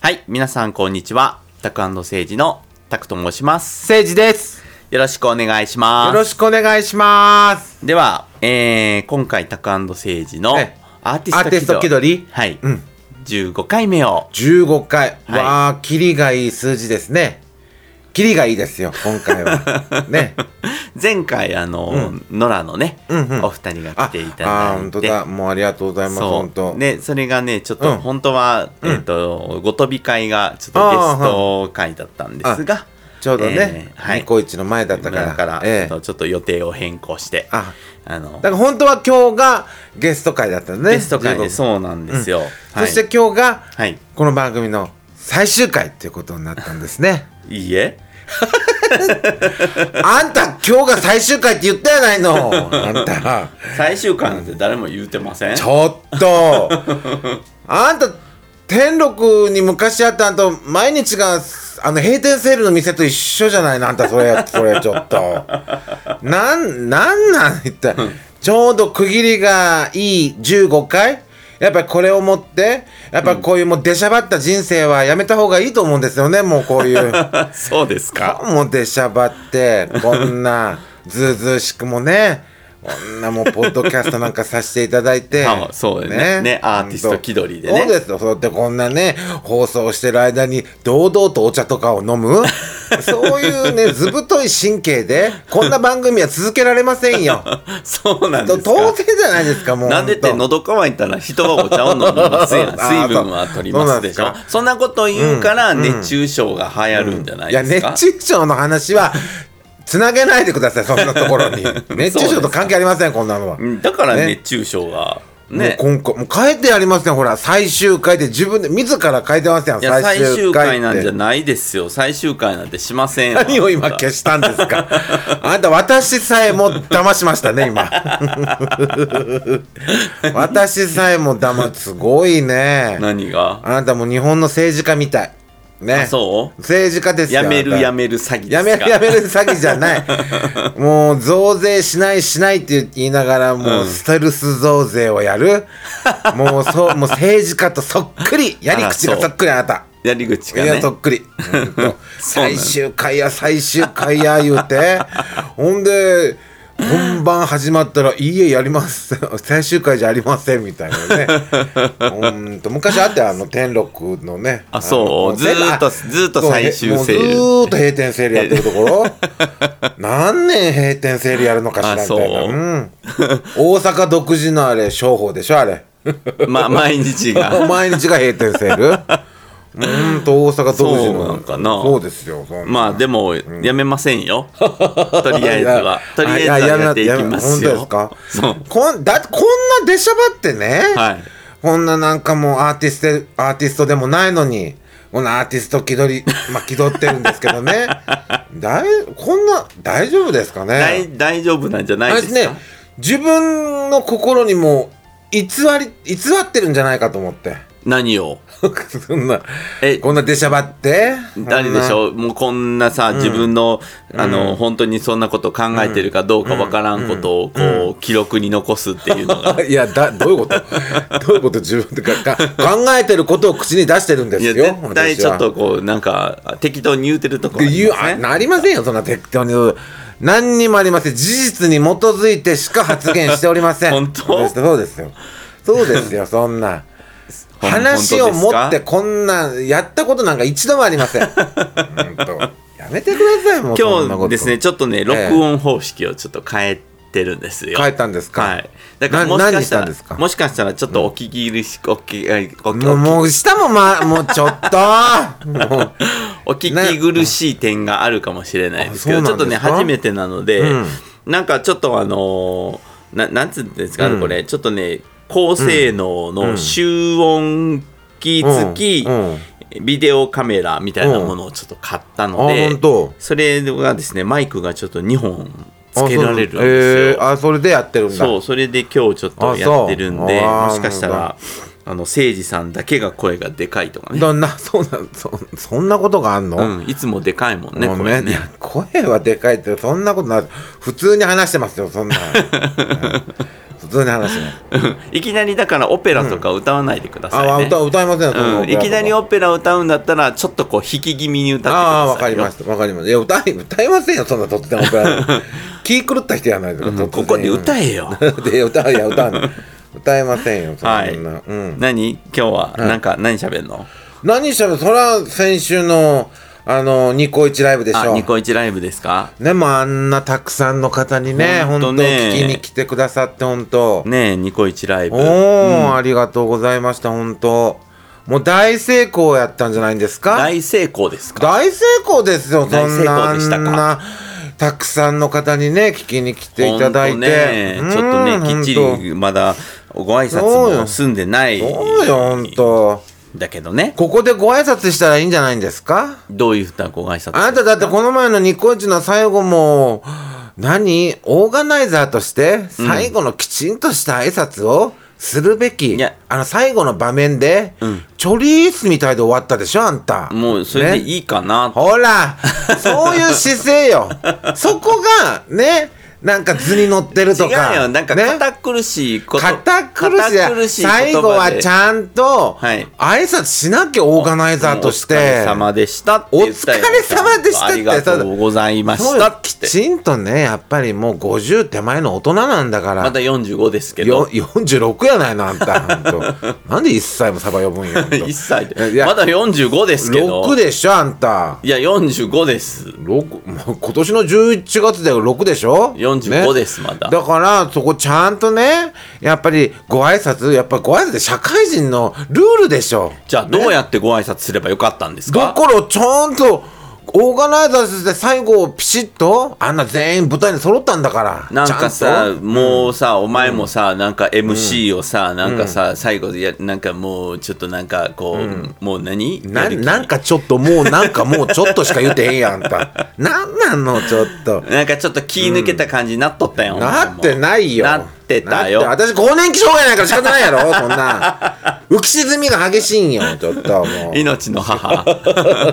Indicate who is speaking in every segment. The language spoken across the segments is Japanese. Speaker 1: はい、皆さんこんにちは。タクセイジのタクと申します。
Speaker 2: せいじです。
Speaker 1: よろしくお願いし
Speaker 2: よ
Speaker 1: ま
Speaker 2: ろしくお願いします。
Speaker 1: す。では、えー、今回タクセイジの
Speaker 2: え
Speaker 1: アーテ
Speaker 2: アーテ
Speaker 1: ィ
Speaker 2: ィ
Speaker 1: ス
Speaker 2: ス
Speaker 1: ト
Speaker 2: ト
Speaker 1: 気取
Speaker 2: 気取り
Speaker 1: り、はい、
Speaker 2: うん
Speaker 1: 15回目を、
Speaker 2: 15回。
Speaker 1: はい
Speaker 2: わあ、キリがいい数字ですね。キリがいいですよ、今 回は。ね。
Speaker 1: 前回あの、ノラのね、
Speaker 2: うんうん
Speaker 1: お二人が
Speaker 2: あ
Speaker 1: 来てい、た
Speaker 2: あー、
Speaker 1: だ
Speaker 2: 本
Speaker 1: い
Speaker 2: 当
Speaker 1: て、
Speaker 2: だ。もうありがとうございます、
Speaker 1: そ
Speaker 2: 本
Speaker 1: う
Speaker 2: 当。
Speaker 1: ねそれがねちょっと、
Speaker 2: うん
Speaker 1: 本当は、えっ、とご飛び会がちょっとゲスト会だったんですが、
Speaker 2: ちょうどね
Speaker 1: えー、はい
Speaker 2: ニコイチの前だった
Speaker 1: だ
Speaker 2: か。
Speaker 1: からら
Speaker 2: ええ
Speaker 1: ちょっと予定を変更してあ
Speaker 2: あ、
Speaker 1: の
Speaker 2: だから本当は今日がゲスト会だったのね。
Speaker 1: ゲスト会で
Speaker 2: 15
Speaker 1: そうなんですよ、は
Speaker 2: そ
Speaker 1: い、
Speaker 2: して今日が、
Speaker 1: はい
Speaker 2: この番組の最終回っていうことになったんです ね。
Speaker 1: いいえ
Speaker 2: あんた今日が最終回って言ったやないの。 あんた。
Speaker 1: 最終回なんて誰も言うてません、
Speaker 2: ちょっとあんた天禄に昔あったんと毎日があの閉店セールの店と一緒じゃないのあんたそれそれちょっとなんなんなん一体ちょうど区切りがいい15回やっぱりこれをもってやっぱこういうもう出しゃばった人生はやめた方がいいと思うんですよねもうこういう
Speaker 1: そうですか
Speaker 2: もう出しゃばってこんなずうずうしくもねこんなもうポッドキャストなんかさせていただいて
Speaker 1: あそうねねアーティスト気取りでね
Speaker 2: そうですよそうやってこんなね放送してる間に堂々とお茶とかを 飲むそういうねずぶとい神経でこんな番組は続けられませんよ
Speaker 1: そうなん で
Speaker 2: と
Speaker 1: すか
Speaker 2: 当然じゃないですかもう
Speaker 1: なんでって
Speaker 2: ほんと
Speaker 1: 喉乾いたら人はお茶を飲みますやん
Speaker 2: あー
Speaker 1: 水分は取りますでし
Speaker 2: そう
Speaker 1: ょ
Speaker 2: なんです
Speaker 1: そんなこと言うから熱中症が流行るんじゃない
Speaker 2: いや
Speaker 1: ですか、
Speaker 2: 熱中症の話はつなげないでくださいそんなところ に熱中症と関係ありませんこんなのは
Speaker 1: うんだから
Speaker 2: ね
Speaker 1: 熱中症が
Speaker 2: ね
Speaker 1: ね、
Speaker 2: もう今回もう変えてやりますねほら最終回で自分で自ら変えてますやん
Speaker 1: いや最終回
Speaker 2: って
Speaker 1: なんじゃないですよ最終回なんてしません
Speaker 2: 何を今消したんで すかあんた私さえも騙しましたね 今私さえも騙すごいね
Speaker 1: 何が
Speaker 2: あなたもう日本の政治家みたいね
Speaker 1: あそう
Speaker 2: 政治家ですよ
Speaker 1: やめる
Speaker 2: あなた
Speaker 1: やめる詐欺ですか
Speaker 2: やめるやめる詐欺じゃない もう増税しないしないって言いながらもうステルス増税をやる、もうそうもう政治家とそっくりやり口がそっくりあなた
Speaker 1: やり口
Speaker 2: い
Speaker 1: が
Speaker 2: や
Speaker 1: ね
Speaker 2: そっくり、うんと
Speaker 1: そうなの
Speaker 2: 最終回や最終回や言うてほんで本番始まったら「いいえやります」 「最終回じゃありません」みたいなねほんと昔あってあの天禄のね
Speaker 1: あそう
Speaker 2: の
Speaker 1: ずーっとずーっと最終セール
Speaker 2: もうずーっと閉店セールやってるところ 何年閉店セールやるのかしらみたいな
Speaker 1: あそう
Speaker 2: うん、大阪独自のあれ商法でしょあれ
Speaker 1: ま、毎日 が
Speaker 2: 毎日が閉店セール うーんと大阪独自の
Speaker 1: そうなんかな
Speaker 2: そうですよそんな
Speaker 1: まあでもやめませんよ、とりあえずはとりあえずはやっていきます
Speaker 2: いやいややめ
Speaker 1: よ
Speaker 2: 本当です
Speaker 1: そ
Speaker 2: か
Speaker 1: う
Speaker 2: こんだこんな出しゃばってね、
Speaker 1: はい
Speaker 2: こんななんかもうアーティストアーティストでもないのにこのアーティスト気取り まあ気取ってるんですけどねだいこんな大丈夫ですかね
Speaker 1: 大大丈夫なんじゃない
Speaker 2: あ
Speaker 1: で
Speaker 2: れ
Speaker 1: す
Speaker 2: で
Speaker 1: か
Speaker 2: すね自分の心にも偽り偽ってるんじゃないかと思って
Speaker 1: 何を
Speaker 2: そんな
Speaker 1: え
Speaker 2: こんな出しゃばって
Speaker 1: 誰でしょうもうこんなさ、自分のあの本当にそんなこと考えてるかどうかわからんことをこう、記録に残すっていうのが
Speaker 2: いやだどういうことどういうこと自分でかか考えてることを口に出してるん です
Speaker 1: いや
Speaker 2: よ。
Speaker 1: 絶対
Speaker 2: 私
Speaker 1: ちょ
Speaker 2: は
Speaker 1: っとこうなんか適当に言うてるとこあります
Speaker 2: 言うあなりませんよそんな適当に何にもありません事実に基づいてしか発言しておりませ ん
Speaker 1: 本当
Speaker 2: そうですそうですよそうで すよそんな
Speaker 1: ほん
Speaker 2: 話を持
Speaker 1: 本当
Speaker 2: って
Speaker 1: ですか
Speaker 2: こんなやったことなんか一度もあり ません本当やめてくださいもうそん
Speaker 1: 今
Speaker 2: なこと
Speaker 1: 日ですねちょっとね録音方式をちょっと変えてるんですよ
Speaker 2: 変えたんですか、
Speaker 1: はい、だから
Speaker 2: な
Speaker 1: もしかした
Speaker 2: 何したんです
Speaker 1: ら
Speaker 2: か
Speaker 1: もしかしたらちょっとお聞き苦しく、お聞きお
Speaker 2: もう
Speaker 1: 聞
Speaker 2: もう下もまもうちょっともう
Speaker 1: お聞き苦しい点があるかもしれないですけど
Speaker 2: あ
Speaker 1: ち
Speaker 2: そ
Speaker 1: ょっ
Speaker 2: う
Speaker 1: と
Speaker 2: なん
Speaker 1: ね
Speaker 2: ですか
Speaker 1: 初めてなので、
Speaker 2: うん
Speaker 1: なんかちょっとあのーななんつうんですかね、これちょっとね高性能の集音機付き、
Speaker 2: うんうん
Speaker 1: ビデオカメラみたいなものをちょっと買ったの
Speaker 2: あ
Speaker 1: で、
Speaker 2: 本当
Speaker 1: それがですねマイクがちょっと2本 つけられるんですよ。
Speaker 2: あそうえーあそれでやってるんだ
Speaker 1: そうそれで今日ちょっとやってるんで
Speaker 2: あ
Speaker 1: も
Speaker 2: そう
Speaker 1: しかしたらあの誠司さんだけが声がでかいとかね、
Speaker 2: どんなそうなんそそんなことがあんの、
Speaker 1: うん、いつもでかいもんね
Speaker 2: もう
Speaker 1: 声
Speaker 2: い
Speaker 1: ね
Speaker 2: や声はでかいってそんなことない普通に話してます よそんな、うん普通に話してます
Speaker 1: いきなりだからオペラとか歌わないでくださ
Speaker 2: あ、
Speaker 1: いね、
Speaker 2: 歌歌いませんよその
Speaker 1: うん、いきなり
Speaker 2: あ
Speaker 1: オペラ歌うんだったらちょっとこう引き気味に歌ってください
Speaker 2: あーわ
Speaker 1: よ
Speaker 2: かりましたわかりましたいや歌い歌いませんよそんな突然オペ ラ気狂った人やないですか、
Speaker 1: うんここで歌
Speaker 2: え
Speaker 1: えよ
Speaker 2: で歌ういや 歌うの歌えませんよそんな、
Speaker 1: はい
Speaker 2: うん、
Speaker 1: 何今日はなんか何喋んの、
Speaker 2: 何しゃべそれは先週のあのニコイチライブでし
Speaker 1: あ
Speaker 2: ょ
Speaker 1: ニコイチライブですか
Speaker 2: ねもうあんなたくさんの方にね
Speaker 1: ほ
Speaker 2: 本
Speaker 1: ん
Speaker 2: 当
Speaker 1: とね
Speaker 2: 聞きに来てくださって本当
Speaker 1: ねえニコイチライブ
Speaker 2: おお、ありがとうございました本当もう大成功やったんじゃないんですか
Speaker 1: 大成功ですか
Speaker 2: 大成功ですよそ
Speaker 1: 大成
Speaker 2: んな
Speaker 1: 功でしたか
Speaker 2: あんなたくさんの方にね聞きに来ていただ
Speaker 1: ほ
Speaker 2: いて、
Speaker 1: んとね
Speaker 2: うん
Speaker 1: ちょっとねきっち
Speaker 2: ほんと
Speaker 1: りまだご挨
Speaker 2: そう
Speaker 1: 拶
Speaker 2: よ
Speaker 1: も済んでない
Speaker 2: そうよ本当
Speaker 1: だけどね
Speaker 2: ここでご挨拶したらいいんじゃないんですか
Speaker 1: どういったご挨拶
Speaker 2: あなただってこの前のニコイチの最後も、何オーガナイザーとして、最後のきちんとした挨拶をするべき。
Speaker 1: いや
Speaker 2: あの、最後の場面で、チョリースみたいで終わったでしょあんた。
Speaker 1: もうそれで
Speaker 2: ね
Speaker 1: いいかな、
Speaker 2: ほ ら、そういう姿勢よ。そこが、ね、なんか図に乗ってる
Speaker 1: 違
Speaker 2: と
Speaker 1: う
Speaker 2: か。
Speaker 1: よなんか
Speaker 2: ね
Speaker 1: 堅苦しいこと、
Speaker 2: 堅苦しい
Speaker 1: 堅苦しい言葉で
Speaker 2: 最後はちゃんと
Speaker 1: はい
Speaker 2: 挨拶しなきゃオーガナイザーとして
Speaker 1: お疲れ様でしたって言ったよ
Speaker 2: お疲れ様でしたって
Speaker 1: ありがとうございま
Speaker 2: そ
Speaker 1: し
Speaker 2: う
Speaker 1: た
Speaker 2: よ
Speaker 1: っ
Speaker 2: き
Speaker 1: て
Speaker 2: ちんとねやっぱりもう50手前の大人なんだから、
Speaker 1: まだ45ですけ
Speaker 2: よ
Speaker 1: ど
Speaker 2: 46やないのあんたほん となんで1歳もサバ呼ぶんやほんと
Speaker 1: 1歳
Speaker 2: い
Speaker 1: で
Speaker 2: や
Speaker 1: まだ45ですけど
Speaker 2: 6でしょあんた
Speaker 1: いや45です
Speaker 2: 六もう今年の11月で6でしょ
Speaker 1: 45ですまだ
Speaker 2: だからそこちゃんとねやっぱりご挨拶やっぱご挨拶って社会人のルールでしょ
Speaker 1: じゃあどうやってご挨拶すればよかったんです
Speaker 2: だ
Speaker 1: か
Speaker 2: からちゃんとオーガナイザーとして最後ピシッとあんな全員舞台に揃ったんだから
Speaker 1: なんかさ
Speaker 2: ちゃんと
Speaker 1: もうさお前もさなんか MC をさなんかさ最後でやなんかもうちょっとなんかこうもう何
Speaker 2: ななんかちょっともうなんかもうちょっとしか言ってへんやんあん たなんなんのちょっと
Speaker 1: なんかちょっと気抜けた感じになっとったよ
Speaker 2: なってないよ
Speaker 1: なってたよ
Speaker 2: なって私更年期障害ないから仕方ないやろそ んな浮き沈みが激しいんよちょっともう
Speaker 1: 命の 母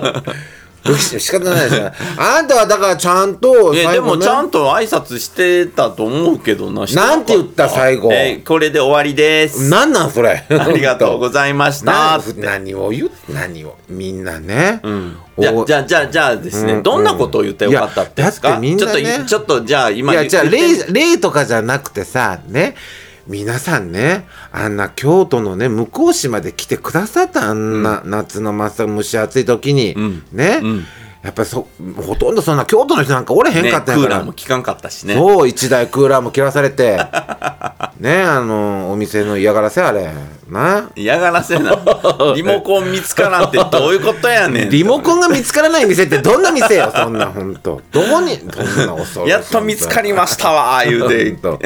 Speaker 2: 浮き沈み仕方ないですよあんたはだからちゃんと
Speaker 1: え
Speaker 2: 最
Speaker 1: で
Speaker 2: 後
Speaker 1: も
Speaker 2: ね
Speaker 1: ちゃんと挨拶してたと思うけどな。してか
Speaker 2: なんて言った最後
Speaker 1: えこれで終わりです。
Speaker 2: なんなんそれ
Speaker 1: ありがとうご
Speaker 2: ざ
Speaker 1: ざ
Speaker 2: い
Speaker 1: いました。
Speaker 2: 何何を言う何をみんなね、
Speaker 1: じゃ
Speaker 2: お
Speaker 1: じゃじゃじゃあですね、
Speaker 2: うん
Speaker 1: どんなことを言ったらよかったってです
Speaker 2: い
Speaker 1: か
Speaker 2: やだってみんなね
Speaker 1: ちょっとちょっとじゃあ今
Speaker 2: いやじゃあ
Speaker 1: 言って
Speaker 2: 例例とかじゃなくてさね皆さんねあんな京都のね向島で来てくださったあんな、夏の真っ蒸し暑い時に、
Speaker 1: ん
Speaker 2: ね、
Speaker 1: ん
Speaker 2: やっぱそほとんどそんな京都の人なんかおれへん
Speaker 1: ね
Speaker 2: かったん
Speaker 1: ク
Speaker 2: や
Speaker 1: ー
Speaker 2: から
Speaker 1: ラー、も効かんかったしね。
Speaker 2: そう一台クーラーも切らされ てねあのお店の嫌がらせあれな
Speaker 1: 嫌がらせ なリモコン見つからんってどういうことやねん
Speaker 2: リモコンが見つからない店ってどんな店よそんなほんとどこにどんな恐ろしい
Speaker 1: やっと見つかりましたわ言うて
Speaker 2: ほんと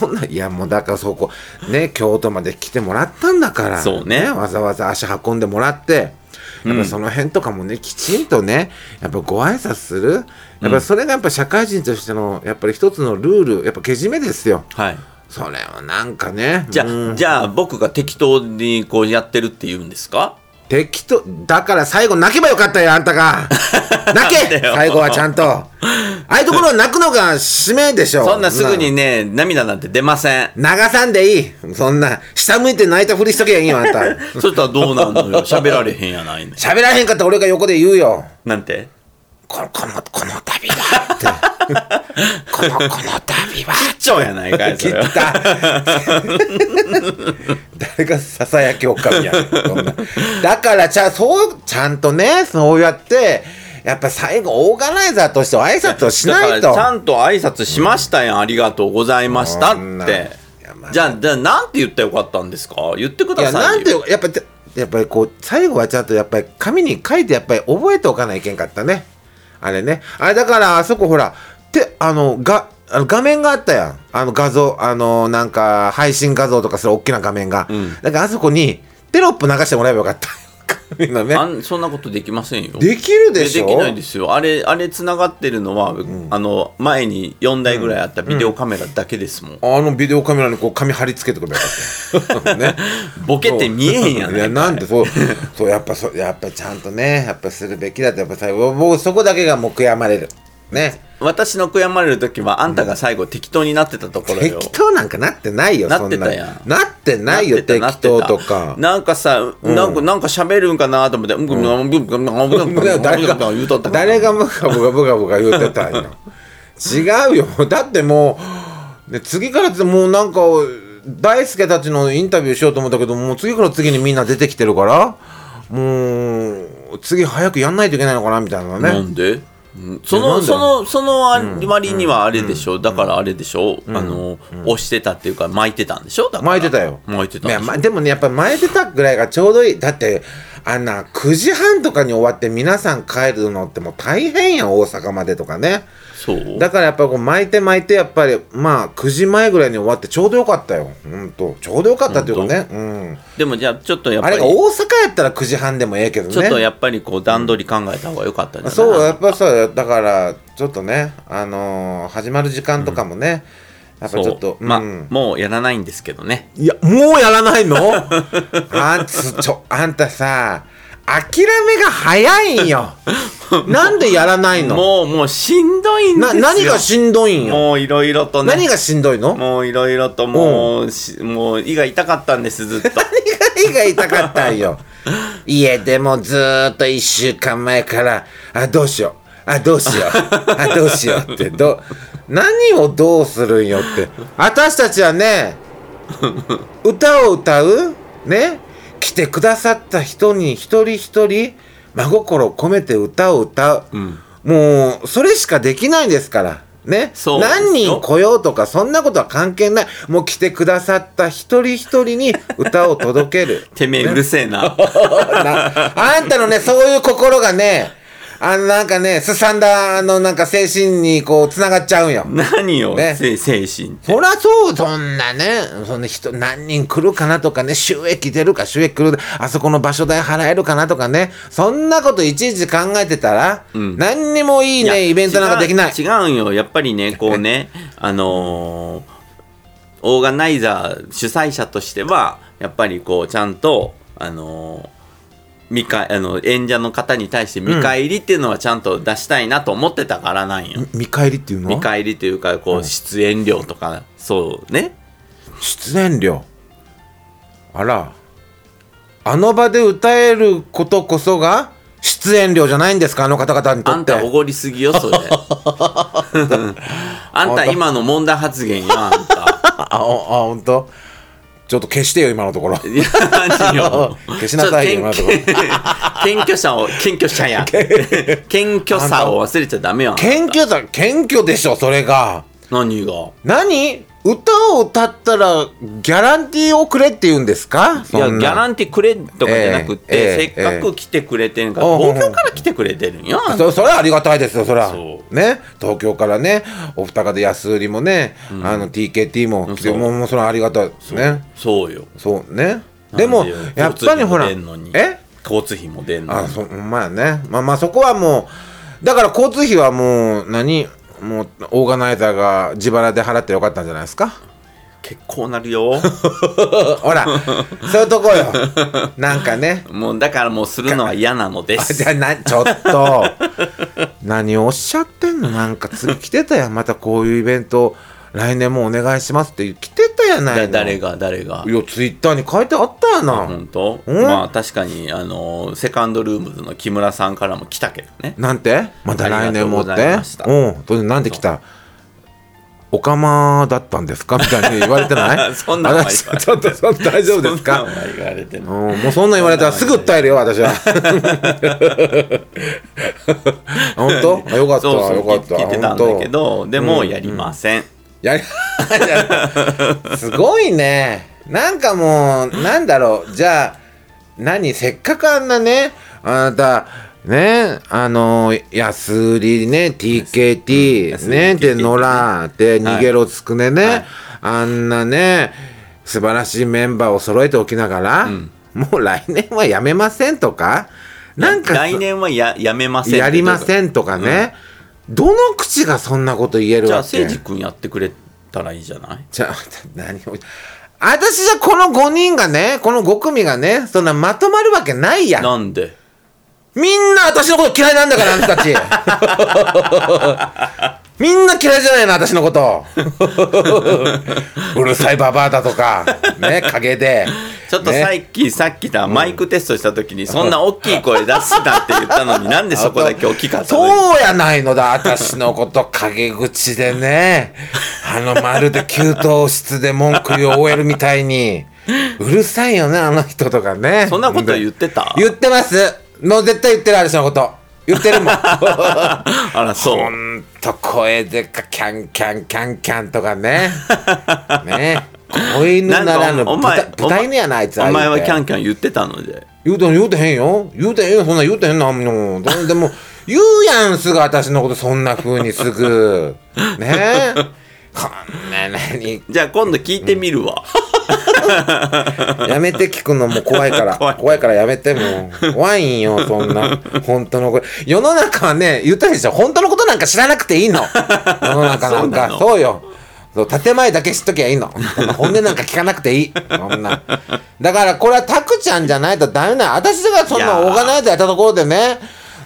Speaker 2: どんないやもうだからそこね京都まで来てもらったんだから
Speaker 1: そうね
Speaker 2: わざわざ足運んでもらってやっぱその辺とかもね、きちんとねやっぱご挨拶するやっぱそれがやっぱ社会人としてのやっぱり一つのルールやっぱけじめですよ
Speaker 1: はい。
Speaker 2: それはなんかね
Speaker 1: じゃ
Speaker 2: うん
Speaker 1: あじゃあ僕が適当にこうやってるって言うんですか？
Speaker 2: 適当だから最後泣けばよかったよあんたが 泣
Speaker 1: な
Speaker 2: け
Speaker 1: んだよ
Speaker 2: 最後はちゃんとああいうところは泣くのが使命でしょ
Speaker 1: そんなすぐにね涙なんて出ません。
Speaker 2: 流さんでいいそんな下向いて泣いたふりしとけばいいよあんた
Speaker 1: そしたらどうなんの よ喋られへんやないね
Speaker 2: 喋らへんかったら俺が横で言うよ
Speaker 1: なんて
Speaker 2: このこのこの度はって このこの度は
Speaker 1: ちょやないかいそ
Speaker 2: 切
Speaker 1: れは
Speaker 2: った 誰がささやきおかみやねんそんなだからじゃあそうちゃんとねそうやってやっぱ最後オーガナイザーとしては挨拶をしな
Speaker 1: だ
Speaker 2: いと
Speaker 1: からちゃんと挨拶しましたやん、ありがとうございましたっ
Speaker 2: そんない
Speaker 1: て
Speaker 2: やまあ
Speaker 1: じゃあじゃあなんて言ったらよかったんですか言ってく
Speaker 2: い
Speaker 1: だ
Speaker 2: や
Speaker 1: さいよ
Speaker 2: なんてやっぱりやっぱりこう最後はちゃんとやっぱり紙に書いてやっぱり覚えておかないけんかったねあれねあれだからあそこほらてあのがあの画面があったやんあの画像あのなんか配信画像とかする大きな画面が、だからあそこにテロップ流してもらえばよかったみんなね
Speaker 1: あんそんなことできませんよ
Speaker 2: できるでしょ
Speaker 1: できないですよあれあれつながってるのは、あの前に4台ぐらいあったビデオカメラだけですもん、
Speaker 2: あのビデオカメラにこう紙貼り付けてくればよか ったよね
Speaker 1: ボケて見えへんや
Speaker 2: いや
Speaker 1: ん
Speaker 2: なんでそうそうやっぱそうやっぱちゃんとねやっぱするべきだってやっぱさ僕そこだけがもう悔やまれるね
Speaker 1: 私の悔やまれる時はあんたが最後適当になってたところよ
Speaker 2: 適当なんかなってないよ
Speaker 1: なってたやん
Speaker 2: そななってないよ適
Speaker 1: なってた
Speaker 2: 当
Speaker 1: なって
Speaker 2: と
Speaker 1: た
Speaker 2: か
Speaker 1: なんかさ、なんかなんか喋るんかなと思ってうんうんうんうんうんうんうんうん
Speaker 2: 誰が
Speaker 1: 言うとったから
Speaker 2: 誰がブカブカブカブカ言うてたんよ違うよだってもうで次からってもうなんか大輔たちのインタビューしようと思ったけどもう次から次にみんな出てきてるからもう次早くやんないといけないのかなみたいなね
Speaker 1: なんでうんそ
Speaker 2: なん
Speaker 1: の
Speaker 2: で
Speaker 1: そのそのあ割にはあれでしょ、だからあれでしょ、あの、押してたっていうか巻いてたんでしょだから
Speaker 2: 巻いてたよ
Speaker 1: 巻いてた
Speaker 2: い
Speaker 1: んでし
Speaker 2: や
Speaker 1: ょ
Speaker 2: ま、でもねやっぱ前出たぐらいがちょうどいいだってあんな9時半とかに終わって皆さん帰るのってもう大変やん大阪までとかね
Speaker 1: そう
Speaker 2: だからやっぱこう巻いて巻いてやっぱりまあ9時前ぐらいに終わってちょうどよかったようんとちょうどよかったっていうかねうん
Speaker 1: でもじゃあちょっとやっ
Speaker 2: あ
Speaker 1: ぱ
Speaker 2: れ
Speaker 1: り
Speaker 2: が大阪やったら9時半でもええけどね
Speaker 1: ちょっとやっぱりこう段取り考えた方が良かったんじゃない
Speaker 2: そうやっぱさだからちょっとねあのー始まる時間とかもね、やっぱ
Speaker 1: そう
Speaker 2: ちょっと、
Speaker 1: まあ
Speaker 2: うん
Speaker 1: もうやらないんですけどね
Speaker 2: いや、もうやらないの あんた、ちょ、あんたさ、諦めが早いん よ。なんでやらないの
Speaker 1: もうもうしんどいんです
Speaker 2: な、
Speaker 1: よ
Speaker 2: 何がしんどいんよ。
Speaker 1: もういろいろとね
Speaker 2: 何がしんどいの
Speaker 1: もういろいろともうしもう胃が痛かったんですずっと
Speaker 2: 何が痛かったんよ。いや、でもずーっと一週間前から、あ、どうしよう。あ、どうしよう。あ、どうしようって、ど、何をどうするんよって。私たちはね、歌を歌うね来てくださった人に一人一人真心を込めて歌を歌う、もうそれしかできないですからね
Speaker 1: そうですよ
Speaker 2: 何人来ようとかそんなことは関係ないもう来てくださった一人一人に歌を届ける
Speaker 1: てめえうるせえな
Speaker 2: なあんたのねそういう心がねあのなんかねすさんだあのなんか精神にこうつながっちゃうんよ
Speaker 1: 何を、
Speaker 2: ね
Speaker 1: せ精神
Speaker 2: そりゃそう、そんなね、そんな人、何人来るかなとかね、収益出るか、収益来る、あそこの場所代払えるかなとかね、そんなこといちいち考えてたら、何にもいい
Speaker 1: いや
Speaker 2: ね、イベントなんかできない。
Speaker 1: 違う違うんよやっぱり ねこうねあのーオーガナイザー主催者としてはやっぱりこうちゃんとあのー見かあの演者の方に対して見返りっていうのはちゃんと出したいなと思ってたからなんよ、
Speaker 2: 見返りっていうの
Speaker 1: 見返りというかこう出演料とか、そうね
Speaker 2: 出演料。あら、あの場で歌えることこそが、出演料じゃないんですか、あの方々にと
Speaker 1: あ
Speaker 2: っ
Speaker 1: ん
Speaker 2: て。
Speaker 1: たおごりすぎよ それあんた今の問題発言やあん た
Speaker 2: あ、あ、ほんとちょっと消してよ、今 のところ。
Speaker 1: いや何よ
Speaker 2: 消しなさいよ、今のところ。
Speaker 1: 謙虚さを謙虚者 や謙虚さを忘れちゃダメよ
Speaker 2: 謙虚だ、謙虚でしょ、それが。
Speaker 1: 何が
Speaker 2: 何歌を歌ったらギャランティーをくれって言うんですか
Speaker 1: いやギャラ
Speaker 2: ン
Speaker 1: ンティーくれとかじゃなくて、
Speaker 2: ええええ
Speaker 1: せっかく来てくれてるから、
Speaker 2: ええ
Speaker 1: 東京から来てくれてるんよ、あんた
Speaker 2: そそれはありがたいですよそれは
Speaker 1: そ
Speaker 2: ね東京からねお二方安売りもね、あの TKT も来て
Speaker 1: そう
Speaker 2: もうもうそれはありがたいですね
Speaker 1: そうよ
Speaker 2: そうねでも
Speaker 1: なんよ
Speaker 2: やっぱりほら
Speaker 1: 交通費も出んのに
Speaker 2: え
Speaker 1: 交通費も出んの
Speaker 2: あ
Speaker 1: に
Speaker 2: そほんまやねまあまあそこはもうだから交通費はもう何もうオーガナイザーが自腹で払ってよかったんじゃないで すか
Speaker 1: 結構なる よ
Speaker 2: ほらそういうとこよなんかね
Speaker 1: もうだからもうするのは嫌なので
Speaker 2: あじ
Speaker 1: す
Speaker 2: ゃあなちょっと何をおっしゃってんのなんか次来てたやんまたこういうイベント来年もお願いしますって来てたやない
Speaker 1: だ
Speaker 2: の
Speaker 1: 誰が誰が
Speaker 2: いやツイッターに書いてあったやな、
Speaker 1: 本当
Speaker 2: うん
Speaker 1: まあ確かにあのセカンドルームズの木村さんからも来たけどね
Speaker 2: なんてまた来年もっ
Speaker 1: ありがとうござい
Speaker 2: て
Speaker 1: ました
Speaker 2: うんそれでなんで来たおかまだったんですかみたいに言われてな い
Speaker 1: そんなんは言われ
Speaker 2: 私ちょっとそん大丈夫ですか
Speaker 1: そんなのは言われてない
Speaker 2: うん、もうそんなん言われたらすぐ訴えるよ、私 は。本当あよかった、
Speaker 1: そうそう
Speaker 2: よかった。
Speaker 1: 聞いてたんだけどでもやりません、
Speaker 2: やり すごいねなんかもうなんだろうじゃあ何せっかくあんなねあなたねあの安売りね TKT ね
Speaker 1: 安売り TKT
Speaker 2: で野良で
Speaker 1: はい
Speaker 2: 逃げろつくねね、
Speaker 1: はい
Speaker 2: あんなね素晴らしいメンバーを揃えておきながら、もう来年はやめませんとか、なんか
Speaker 1: 来年はややめません
Speaker 2: やりま
Speaker 1: ん
Speaker 2: せんとかね、どの口がそんなこと言える
Speaker 1: じゃあ
Speaker 2: わ
Speaker 1: 誠
Speaker 2: け
Speaker 1: 治君やってくれたらいいじゃない
Speaker 2: じゃあ、何を。私じゃこの5人がね、この5組がね、そんなまとまるわけないやん。
Speaker 1: なんで
Speaker 2: みんな私のこと嫌いなんだから、あん たたち。みんな嫌いじゃないの、私のこと。 うるさいババアだとか、ね、陰で。
Speaker 1: ちょっと
Speaker 2: ね
Speaker 1: さっき、さっきだマイクテストした時にそんな大きい声出すなって言った のになんでそこだけ大きかったのに
Speaker 2: そうやないのだ、私のこと陰口 でね。あの、まるで給湯室で文句を終えるみたいに。うるさいよね、あの人とかね。
Speaker 1: そんなこと言ってた
Speaker 2: 言ってます。もう絶対言ってる、私のこと。言ってるもん。
Speaker 1: あらそう
Speaker 2: ほんと声でかキャンキャンキャンキャンとかね。ね。子犬ならぬ
Speaker 1: お前
Speaker 2: 豚豚犬やなあいつ
Speaker 1: お前はキャ
Speaker 2: ン
Speaker 1: ンキャン言ってたので
Speaker 2: 言うて言うてへんよ言うてへんよそんな言うてへんのあんのどうでも言うやんすぐ私のことそんな風にすぐねこんな何
Speaker 1: じゃあ今度聞いてみるわ、
Speaker 2: やめて聞くのも怖いから
Speaker 1: 怖
Speaker 2: 怖
Speaker 1: い
Speaker 2: いからやめてもう怖いんよそんな本当のこと世の中はね言ったでしょ本当のことなんか知らなくていいの世の中な
Speaker 1: そうんな
Speaker 2: か
Speaker 1: の
Speaker 2: そうよそう建前だけ知っときゃいいのそんな本音なんか聞かなくていいそんなだからこれはタクちゃんじゃないとダメなの私がそんなオーガナイズやったところでね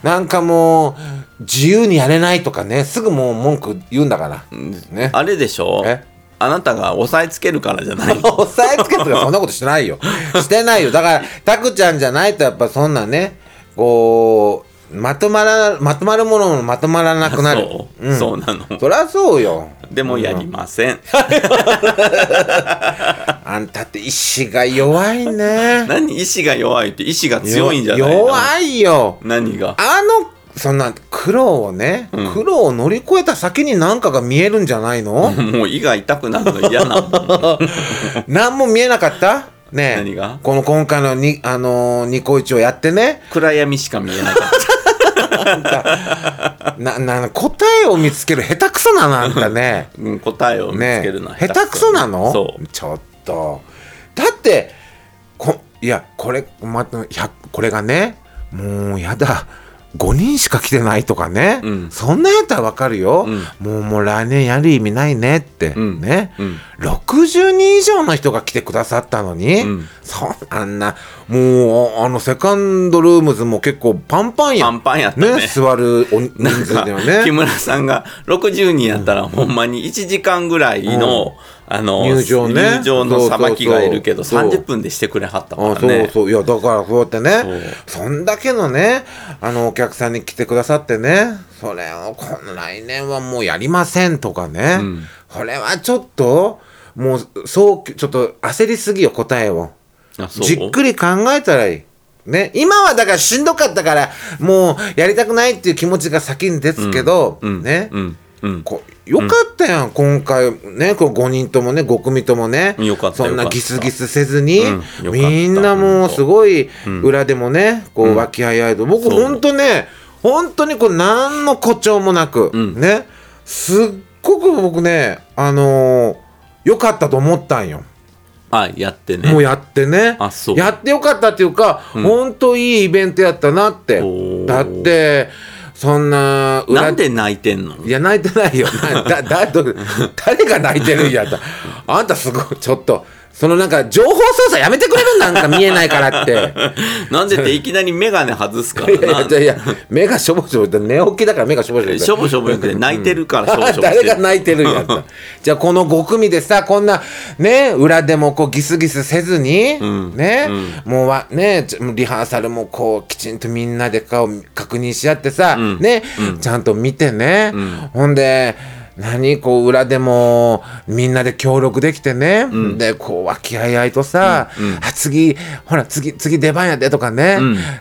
Speaker 2: なんかもう自由にやれないとかねすぐもう文句言うんだから、ね
Speaker 1: あれでしょ
Speaker 2: え
Speaker 1: あなたが押さえつけるからじゃ ないの
Speaker 2: 押さえつけとかそんなことしてな いよ。してないよ。だから、タクちゃんじゃないとやっぱそんなね、こう、まとまら、まとまるものもまとまらなくなる。
Speaker 1: そう、
Speaker 2: うん
Speaker 1: そうなの
Speaker 2: そりゃそうよ。
Speaker 1: でもやりません、
Speaker 2: あんたって意志が弱いね。
Speaker 1: 何意志が弱いって意志が強いんじゃないの
Speaker 2: 弱いよ。
Speaker 1: 何が
Speaker 2: あの、そんな苦労をね、
Speaker 1: うん
Speaker 2: 苦労を乗り越えた先に何かが見えるんじゃないの
Speaker 1: もう胃が痛くなるの嫌なの
Speaker 2: 何も見えなかったねえ
Speaker 1: 何が
Speaker 2: この今回のに、あのーニコイチをやってね、
Speaker 1: 暗闇しか見えなかっ
Speaker 2: な、な、答えを見つける下手くそなのあん たね。
Speaker 1: た、うん、答えを見つ
Speaker 2: ね
Speaker 1: けるのは
Speaker 2: 下手くそなの
Speaker 1: そう
Speaker 2: ちょっと。だって、こ、いや、これ、ま、100これがね、もうやだ。5人しか来てないとかね、
Speaker 1: うん
Speaker 2: そんなやったらわかるよ、
Speaker 1: うん
Speaker 2: もうもう来年やる意味ないねって、
Speaker 1: うん
Speaker 2: ね、
Speaker 1: うん
Speaker 2: 60人以上の人が来てくださったのに、
Speaker 1: うん
Speaker 2: そんあんなもうあのセカンドルームズも結構パンパンや
Speaker 1: パ
Speaker 2: ん
Speaker 1: ンパンやったね
Speaker 2: ね、座るお人
Speaker 1: なん
Speaker 2: 数
Speaker 1: か
Speaker 2: では
Speaker 1: 木
Speaker 2: ね。
Speaker 1: 村さんが60人やったらほんまに1時間ぐらいの、あの
Speaker 2: 入場ね
Speaker 1: 入場のさばきがいるけど
Speaker 2: そうそうそう
Speaker 1: 30分でしてくれはったか
Speaker 2: あ
Speaker 1: ら
Speaker 2: そう
Speaker 1: ね
Speaker 2: そう。いや、だからそうやってね、そんだけのね、あの、お客さんに来てくださってね、それを、この来年はもうやりませんとかね、
Speaker 1: ん
Speaker 2: これはちょっと、もう、そう、ちょっと焦りすぎよ、答えを。
Speaker 1: あそう
Speaker 2: じっくり考えたらいい。ね、今はだからしんどかったから、もうやりたくないっていう気持ちが先にですけど、
Speaker 1: うん
Speaker 2: ね、
Speaker 1: うんうん
Speaker 2: こよかったやん、今回ねこう5人ともね5組ともね
Speaker 1: よかった
Speaker 2: そん
Speaker 1: よか
Speaker 2: な
Speaker 1: った
Speaker 2: ギスギスせずに、
Speaker 1: うんよかった
Speaker 2: みんなもうすごい
Speaker 1: ん
Speaker 2: 裏でもねこう和気あいあいと僕
Speaker 1: そう
Speaker 2: ほんとね本当にこう何の誇張もなく、
Speaker 1: うん
Speaker 2: ねすっごく僕ねあのー、よかったと思ったんよ。
Speaker 1: あやってね
Speaker 2: もうやってね
Speaker 1: あそう
Speaker 2: やってよかったっていうか、
Speaker 1: ん
Speaker 2: ほんといいイベントやったなって
Speaker 1: おー
Speaker 2: だってそんな裏
Speaker 1: なんで泣いて んの
Speaker 2: いや、泣いてないよ。なだだど誰が泣いてるんやと。あんたすごい、ちょっと、そのなんか、情報操作やめてくれるなんか見えないからって。
Speaker 1: なんでっていきなり眼鏡外すか
Speaker 2: いやい
Speaker 1: ら
Speaker 2: や
Speaker 1: ない
Speaker 2: やいや、目がしょぼしょぼで、寝起きだから目がしょぼしょぼで
Speaker 1: しょぼしょぼよくて泣いてるからしょぼしょぼし
Speaker 2: 誰
Speaker 1: て
Speaker 2: が
Speaker 1: る
Speaker 2: 泣いてるんや と。じゃあ、この5組でさ、こんな、ね、裏でもこう、ギスギスせずに、
Speaker 1: ん
Speaker 2: ね、もうわ、ね、ちょリハーサルもこう、きちんとみんなで顔確認し合ってさ、
Speaker 1: ん
Speaker 2: ね、ちゃんと見てね、ほんで、何こう裏でもみんなで協力できてね、でこう和気あいあいとさ、あ次ほら次次出番やでとかね、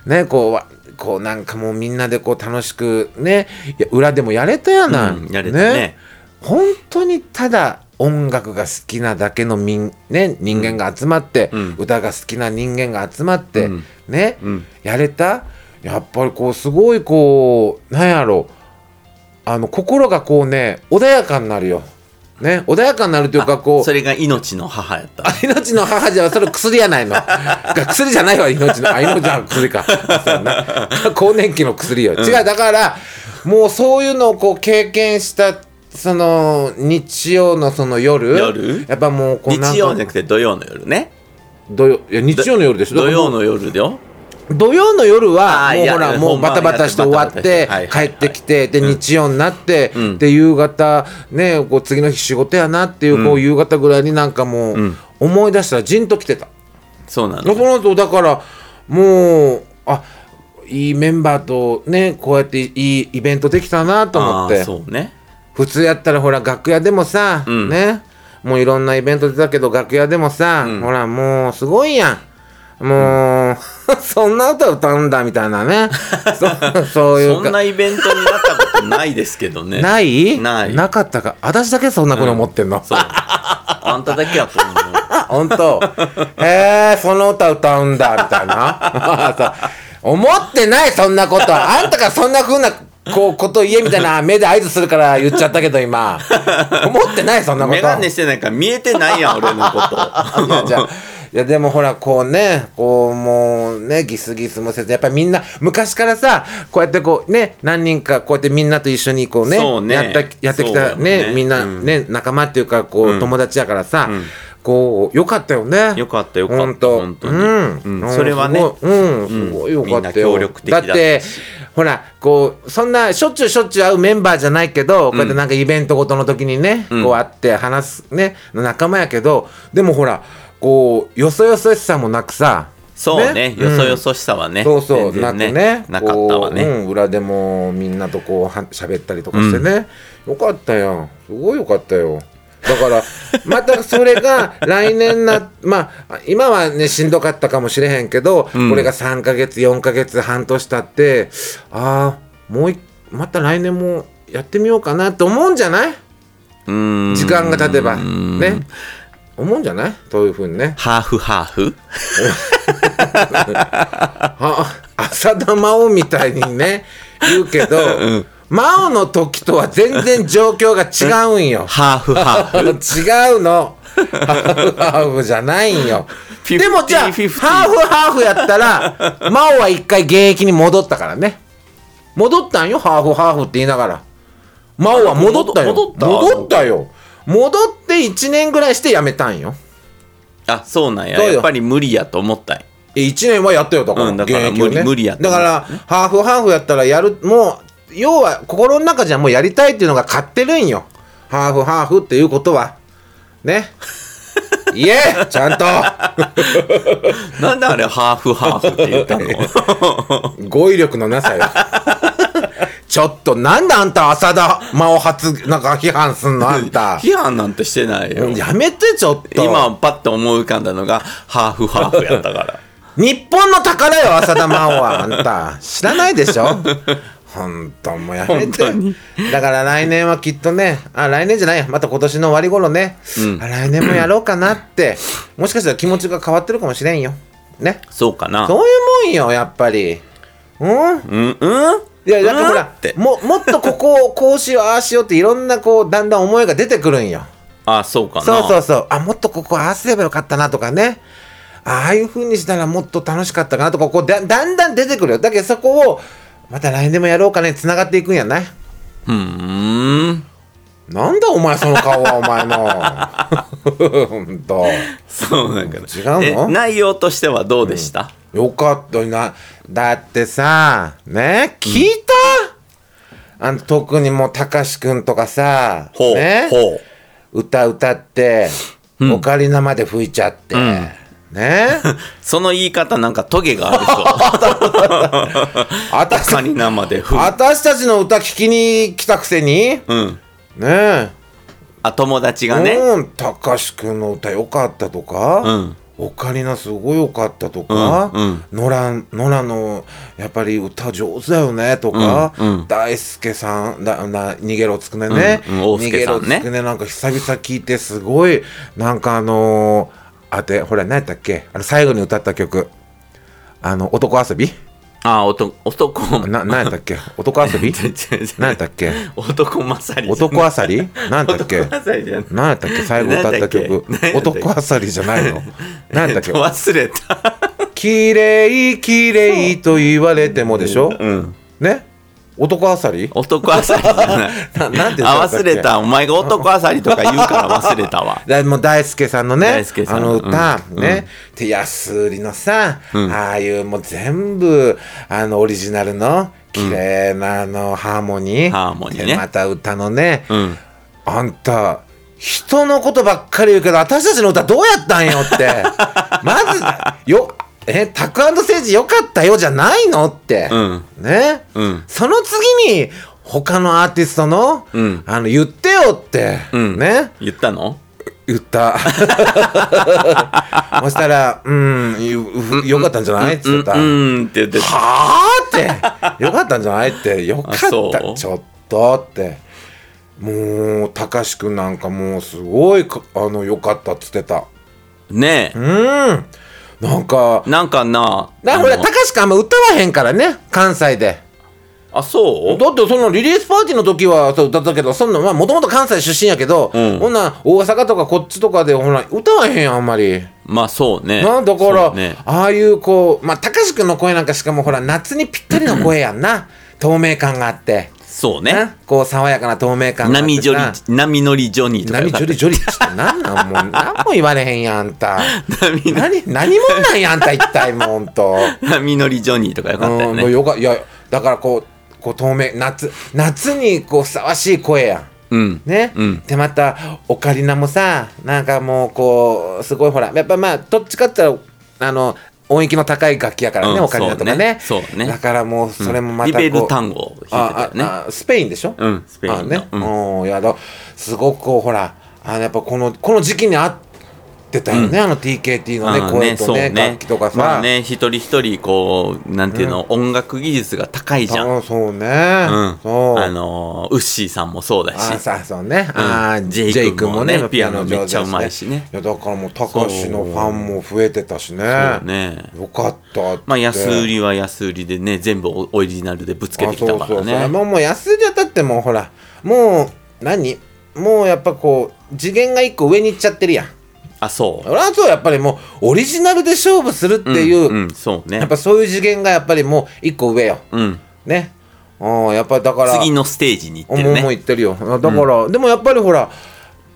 Speaker 2: ねこうわこうなんかもうみんなでこう楽しくねいや裏でもやれたやない、
Speaker 1: うんやれたね
Speaker 2: 本当にただ音楽が好きなだけのみん、ね、人間が集まって、
Speaker 1: ん
Speaker 2: 歌が好きな人間が集まって、
Speaker 1: うん
Speaker 2: ね、
Speaker 1: うん
Speaker 2: やれたやっぱりこうすごいこうなんやろうあの心がこうね穏やかになるよ。ね、穏やかになるというかこう
Speaker 1: それが命の母やった
Speaker 2: あ 命の母じゃそれ薬 やないのが薬じゃないわ命のあ命じゃ薬かそうやな更年期の薬よ、違うだからもうそういうのをこう経験したその日曜のその夜
Speaker 1: 夜
Speaker 2: やっぱもうこうなんか
Speaker 1: 日曜じゃなくて土曜の夜ね
Speaker 2: 土曜いや日曜の夜でしょ
Speaker 1: 土曜
Speaker 2: だか
Speaker 1: の夜だよ
Speaker 2: ら土曜の夜は
Speaker 1: あー
Speaker 2: もう
Speaker 1: いや
Speaker 2: ほらもう
Speaker 1: 本番
Speaker 2: バタバタして終わっ
Speaker 1: やって
Speaker 2: て
Speaker 1: バタバタしてはい
Speaker 2: 帰
Speaker 1: はいはい
Speaker 2: ってきてで日曜になって
Speaker 1: ん
Speaker 2: で夕方ねこう次の日仕事やなっていうこう夕方ぐらいになんかもう思い出したらジンと来てた。
Speaker 1: そうな
Speaker 2: そ
Speaker 1: の
Speaker 2: の後だからもうあいいメンバーとねこうやっていいイベントできたなと思
Speaker 1: あ
Speaker 2: っ
Speaker 1: あ
Speaker 2: て
Speaker 1: そうね
Speaker 2: 普通やったらほら楽屋でもさ、
Speaker 1: ん
Speaker 2: ねもういろんなイベント出たけど楽屋でもさ、ほらもうすごいやんもう、 そんな歌歌うんだみたい なねそそういう
Speaker 1: そ
Speaker 2: か
Speaker 1: んなイベントになったことないですけどね
Speaker 2: ない
Speaker 1: ない
Speaker 2: かったか私だけそんなこと思ってんの、
Speaker 1: そうあんただけやと思う
Speaker 2: あ 本当へえその歌歌うんだみたいな そう思ってないそんなことあんたがそんなふうなこうこと言えみたいな目で合図するから言っちゃったけど今思ってないそんなこと
Speaker 1: メガネしてないから見えてないやん、俺のこと。
Speaker 2: いや じゃあいやでもほらこうねこうもうねギスギスもせずやっぱりみんな昔からさこうやってこうね何人かこうやってみんなと一緒にこうね
Speaker 1: そうね
Speaker 2: やったやってき
Speaker 1: そうだ
Speaker 2: た
Speaker 1: よね
Speaker 2: ねみんな
Speaker 1: うん
Speaker 2: ね、仲間っていうかこう、友達やからさ、こうよかったよね
Speaker 1: よかったよかった
Speaker 2: ほんと
Speaker 1: 本当に
Speaker 2: うん
Speaker 1: うんそれはね
Speaker 2: すごいうんすごいよか
Speaker 1: みん
Speaker 2: っ
Speaker 1: な
Speaker 2: たよ、
Speaker 1: 協力的
Speaker 2: だ
Speaker 1: だっ
Speaker 2: っ
Speaker 1: た
Speaker 2: てほらこうそんなしょっちゅうしょっちゅう会うメンバーじゃないけど、こうやってなんかイベントごとの時にね、こう会って話すね仲間やけどでもほらこうよそよそしさもなくさ
Speaker 1: そうね、よそよ
Speaker 2: そ、
Speaker 1: そしさはね。
Speaker 2: うんそうそう、
Speaker 1: 全
Speaker 2: な
Speaker 1: 然
Speaker 2: くね
Speaker 1: なかったわ
Speaker 2: こう
Speaker 1: ね。
Speaker 2: うん、裏でもみんなとこうは喋ったりとかしてね、よかったやんすごいよかったよだから またそれが来年なまあ今はねしんどかったかもしれへんけど、これが3ヶ月4ヶ月半年経ってああもういまた来年もやってみようかなと思うんじゃない
Speaker 1: うん。
Speaker 2: 時間が経てばね思うんじゃないというふうにね
Speaker 1: ハーフハーフ
Speaker 2: あ浅田真央みたいに ね言うけど、真央の時とは全然状況が違うんよ
Speaker 1: ハーフハー
Speaker 2: 違
Speaker 1: フ。
Speaker 2: うのハーフハーフじゃないん よ
Speaker 1: 50
Speaker 2: でもじゃあハー
Speaker 1: 50
Speaker 2: フハーフやったら真央は一回現役に戻ったからね戻ったんよハーフハーフって言いながら真央は戻ったよ
Speaker 1: 戻った
Speaker 2: 戻ったよ戻って1年ぐらいして辞めたんよ
Speaker 1: あ、そうなんや。
Speaker 2: そうよ
Speaker 1: やっぱり無理やと思ったんや
Speaker 2: 1年はやったよだから,、
Speaker 1: うんだから
Speaker 2: 現役をね
Speaker 1: 無理無理やった
Speaker 2: だからハーフハーフやったらやるもう要は心の中じゃもうやりたいっていうのが勝ってるんよハーフハーフっていうことは ねいえちゃんと
Speaker 1: なんであれハーフハーフって言ったの
Speaker 2: 語彙力のなさよちょっとなんであんた浅田真央発なんか批判すんのあ んた
Speaker 1: 批判なんてしてないよ。
Speaker 2: やめてちょっと
Speaker 1: 今パッと思い浮かんだのがハーフハーフやったから。
Speaker 2: 日本の宝よ浅田真央はあ んた知らないでしょ本当もうやめ
Speaker 1: 本
Speaker 2: て
Speaker 1: 当に
Speaker 2: だから来年はきっとねあ来年じゃないまた今年の終わり頃ね、あ来年もやろうかなってもしかしたら気持ちが変わってるかもしれんよね
Speaker 1: そうかな。
Speaker 2: そういうもんよやっぱりうん
Speaker 1: うんうん
Speaker 2: いやだってほ
Speaker 1: うん
Speaker 2: ら
Speaker 1: って。
Speaker 2: ももっとここをこうしようああしようっていろんなこうだんだん思いが出てくるんよ
Speaker 1: あ、そうかな。
Speaker 2: そうそうそうあもっとここああすればよかったなとかねああいう風にしたらもっと楽しかったかなとかこうだだんだん出てくるよだけどそこをまた来年もやろうかねつながっていくんやない
Speaker 1: うん。
Speaker 2: なんだお前その顔はお前の ほんと
Speaker 1: そうなんかね
Speaker 2: 違うの
Speaker 1: え内容としてはどうでした、
Speaker 2: よかったなだってさね聞いた、あの特にもうたかしくんとかさ
Speaker 1: ほう、
Speaker 2: ね
Speaker 1: ほう。
Speaker 2: 歌歌って、オカリナまで吹いちゃって、 ね
Speaker 1: その言い方なんかトゲがあるでし ょ。
Speaker 2: あた
Speaker 1: カニ生でふ。
Speaker 2: 私たちの歌聞きに来たくせに
Speaker 1: うん。
Speaker 2: ね
Speaker 1: あ、友達
Speaker 2: え
Speaker 1: がね。
Speaker 2: うんたかしくんの歌良かったと
Speaker 1: う
Speaker 2: か、
Speaker 1: ん。
Speaker 2: オカリナすごい良かったとか、
Speaker 1: うんうん
Speaker 2: ノラノラのやっぱり歌上手だよねとか、
Speaker 1: うんう
Speaker 2: 大輔さんだな逃げろつくねね、
Speaker 1: うんうん大
Speaker 2: 逃
Speaker 1: 輔
Speaker 2: げ
Speaker 1: さ
Speaker 2: ろ
Speaker 1: ん
Speaker 2: つ
Speaker 1: ね
Speaker 2: くねなんか久々聞いてすごいなんかあのーあてほら何やったっけあの最後に歌った曲あの男遊び
Speaker 1: あ男男
Speaker 2: な、なんやったっけ男 遊び
Speaker 1: 違う違う違う
Speaker 2: なんやったっけ
Speaker 1: 男まさり
Speaker 2: 男あさりなんやったっけ
Speaker 1: 男まさりじゃない
Speaker 2: なんやったっけ最後歌った曲
Speaker 1: なんやったっけ
Speaker 2: 男あさりじゃないのなんやったっ
Speaker 1: え
Speaker 2: け
Speaker 1: っと忘れた
Speaker 2: 綺麗綺麗と言われてもでしょ
Speaker 1: うん
Speaker 2: ね男あさり
Speaker 1: 男あさりじゃない
Speaker 2: ななんて言ったんだ
Speaker 1: あ
Speaker 2: っけ
Speaker 1: 忘れたお前が男あさりとか言うから忘れたわ
Speaker 2: だもう大輔さんのね
Speaker 1: 大輔さ
Speaker 2: あ
Speaker 1: ん
Speaker 2: の歌、
Speaker 1: うん
Speaker 2: ね、で安売りのさ、ああいうもう全部あのオリジナルの綺麗なあのハーモニー,、
Speaker 1: ハーモニーね
Speaker 2: でまた歌のね、
Speaker 1: うん
Speaker 2: あんた人のことばっかり言うけど私たちの歌どうやったんよって まずよえタクセージよかったよじゃないのって、
Speaker 1: うん
Speaker 2: ね、
Speaker 1: うん
Speaker 2: その次に他のアーティストの,、
Speaker 1: うん
Speaker 2: あの言ってよって、
Speaker 1: うん
Speaker 2: ね
Speaker 1: 言ったの
Speaker 2: 言 った。そしたら、うん、よよかったんじゃないって
Speaker 1: うん
Speaker 2: 言
Speaker 1: う
Speaker 2: った。
Speaker 1: んって言ってた
Speaker 2: はあって、よかったんじゃないって、よか っ
Speaker 1: あそう
Speaker 2: た、ちょっとって。もう、たかしくんなんかもう、すごいか、あの、よかったっつってた。
Speaker 1: ねえ
Speaker 2: うん。なんか、
Speaker 1: なんかな
Speaker 2: だからほら、
Speaker 1: あの
Speaker 2: たかしくんあんま歌わへんからね、関西で。
Speaker 1: あそう
Speaker 2: だってそのリリースパーティーの時はそう歌ったけどそんなまあもともと関西出身やけど、
Speaker 1: うん
Speaker 2: ほんな大阪とかこっちとかでほら歌わへんやんあんまり。
Speaker 1: まあそうね
Speaker 2: なだから、
Speaker 1: そうね
Speaker 2: ああいうこうまあ高志くんの声なんかしかもほら夏にぴったりの声やんな透明感があって、
Speaker 1: そう
Speaker 2: な
Speaker 1: ね
Speaker 2: こう爽やかな透明感があって
Speaker 1: 波ジョリ波乗りジョニーとかよ
Speaker 2: 波
Speaker 1: かっ
Speaker 2: ジ
Speaker 1: た
Speaker 2: ョリジョリって何なんもう何も言われへんやんあんた
Speaker 1: 波の
Speaker 2: 何何者なんやあんた一体もうほん と。
Speaker 1: 波乗りジョニーとかよかったよ
Speaker 2: うん、
Speaker 1: ね
Speaker 2: もうよかいやだからこうこう透明夏夏にこうふさわしい声やん
Speaker 1: うん
Speaker 2: ね、
Speaker 1: うん
Speaker 2: でまたオカリナもさなんかもうこうすごいほらやっぱまあどっちかって言ったらあの音域の高い楽器やからね、
Speaker 1: うん
Speaker 2: オカリナとかね
Speaker 1: そうねそうね
Speaker 2: だからもうそれもまた
Speaker 1: リ
Speaker 2: こう、
Speaker 1: ベル単語を弾いてた
Speaker 2: あ
Speaker 1: よ
Speaker 2: あ
Speaker 1: ね
Speaker 2: あスペインでしょ、
Speaker 1: うんスペインの
Speaker 2: あね、
Speaker 1: う
Speaker 2: うん、いやだすごくこうほらあのやっぱこのこの時期に合ってたよね、あの TKT のね
Speaker 1: あー
Speaker 2: 声とね
Speaker 1: そう
Speaker 2: 楽器とかさ、
Speaker 1: まあね一人一人こうなんていうの、音楽技術が高いじゃん、うん、
Speaker 2: あそうね、そう
Speaker 1: あのーウッシーさんもそうだ
Speaker 2: あ
Speaker 1: し
Speaker 2: さそうね、あ
Speaker 1: うん
Speaker 2: ー
Speaker 1: ジェイ
Speaker 2: ジェイ
Speaker 1: 君
Speaker 2: 君
Speaker 1: も
Speaker 2: も
Speaker 1: ね
Speaker 2: ね
Speaker 1: ピアノ
Speaker 2: 上手だ
Speaker 1: めっちゃうまいしね
Speaker 2: いやだからもうたかしのファンも増えてたしね
Speaker 1: そうね
Speaker 2: よかったって
Speaker 1: まあ安売りは安売りでね全部オオリジナルでぶつけてきた
Speaker 2: あ
Speaker 1: か
Speaker 2: そうそ
Speaker 1: ら
Speaker 2: うそう
Speaker 1: ね
Speaker 2: もうもう安売りはだってもうほらもう何もうやっぱこう次元が一個上に行っちゃってるやん
Speaker 1: あそう
Speaker 2: 俺はそうやっぱりもうオリジナルで勝負するっていう、
Speaker 1: んんそうね
Speaker 2: やっぱそういう次元がやっぱりもう一個上よ
Speaker 1: うん
Speaker 2: ねうんやっぱだから
Speaker 1: 次のステージに行ってる
Speaker 2: もうもう
Speaker 1: ね
Speaker 2: 言ってるよだから、でもやっぱりほら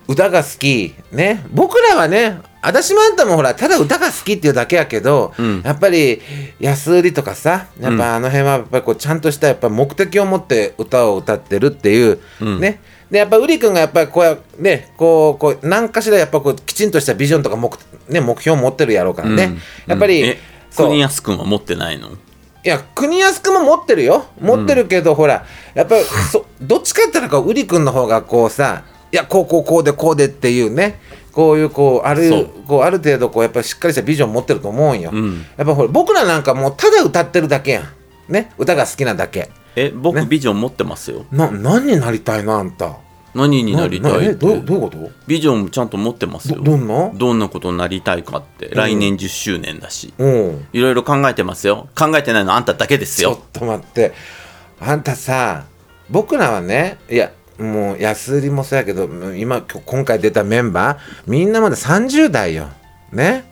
Speaker 2: 歌が好きね僕らはね私もあんたもほらただ歌が好きっていうだけやけど、
Speaker 1: ん
Speaker 2: やっぱり安売りとかさやっぱあの辺はやっぱりこうちゃんとしたやっぱ目的を持って歌を歌ってるっていう、ねでやっぱウリ君がやっぱりこうやねこうこう何かしらやっぱこうきちんとしたビジョンとか目,、ね、目標を持ってるやろうからね、
Speaker 1: うん
Speaker 2: やっぱり、
Speaker 1: うんえ
Speaker 2: そう
Speaker 1: 国安くんは持ってないの
Speaker 2: いや国安くんも持ってるよ持ってるけど、ほらや っぱそどっちかって言ったらこうウリくんの方がこうさいやこうこうこうでこうでっていうねこういうこうあ
Speaker 1: そ
Speaker 2: る
Speaker 1: う
Speaker 2: こうある程度こうやっぱしっかりしたビジョン持ってると思うんよ、
Speaker 1: ん
Speaker 2: やっぱほら僕らなんかもうただ歌ってるだけやんね歌が好きなだけ
Speaker 1: え僕ビジョン持ってますよ
Speaker 2: な何になりたいのあんた
Speaker 1: 何になりたい
Speaker 2: え
Speaker 1: って
Speaker 2: どうどういうこ
Speaker 1: ビジョンちゃんと持ってます
Speaker 2: と
Speaker 1: よ
Speaker 2: どどんな
Speaker 1: どんなことになりたいかって来年10周年だし
Speaker 2: うん
Speaker 1: いろいろ考えてますよ考えてないのあんただけです
Speaker 2: ちょっ
Speaker 1: よ
Speaker 2: と待ってあんたさ僕らはねいやもう安売りもそうやけどもう今きょ今回出たメンバーみんなまだ30代よね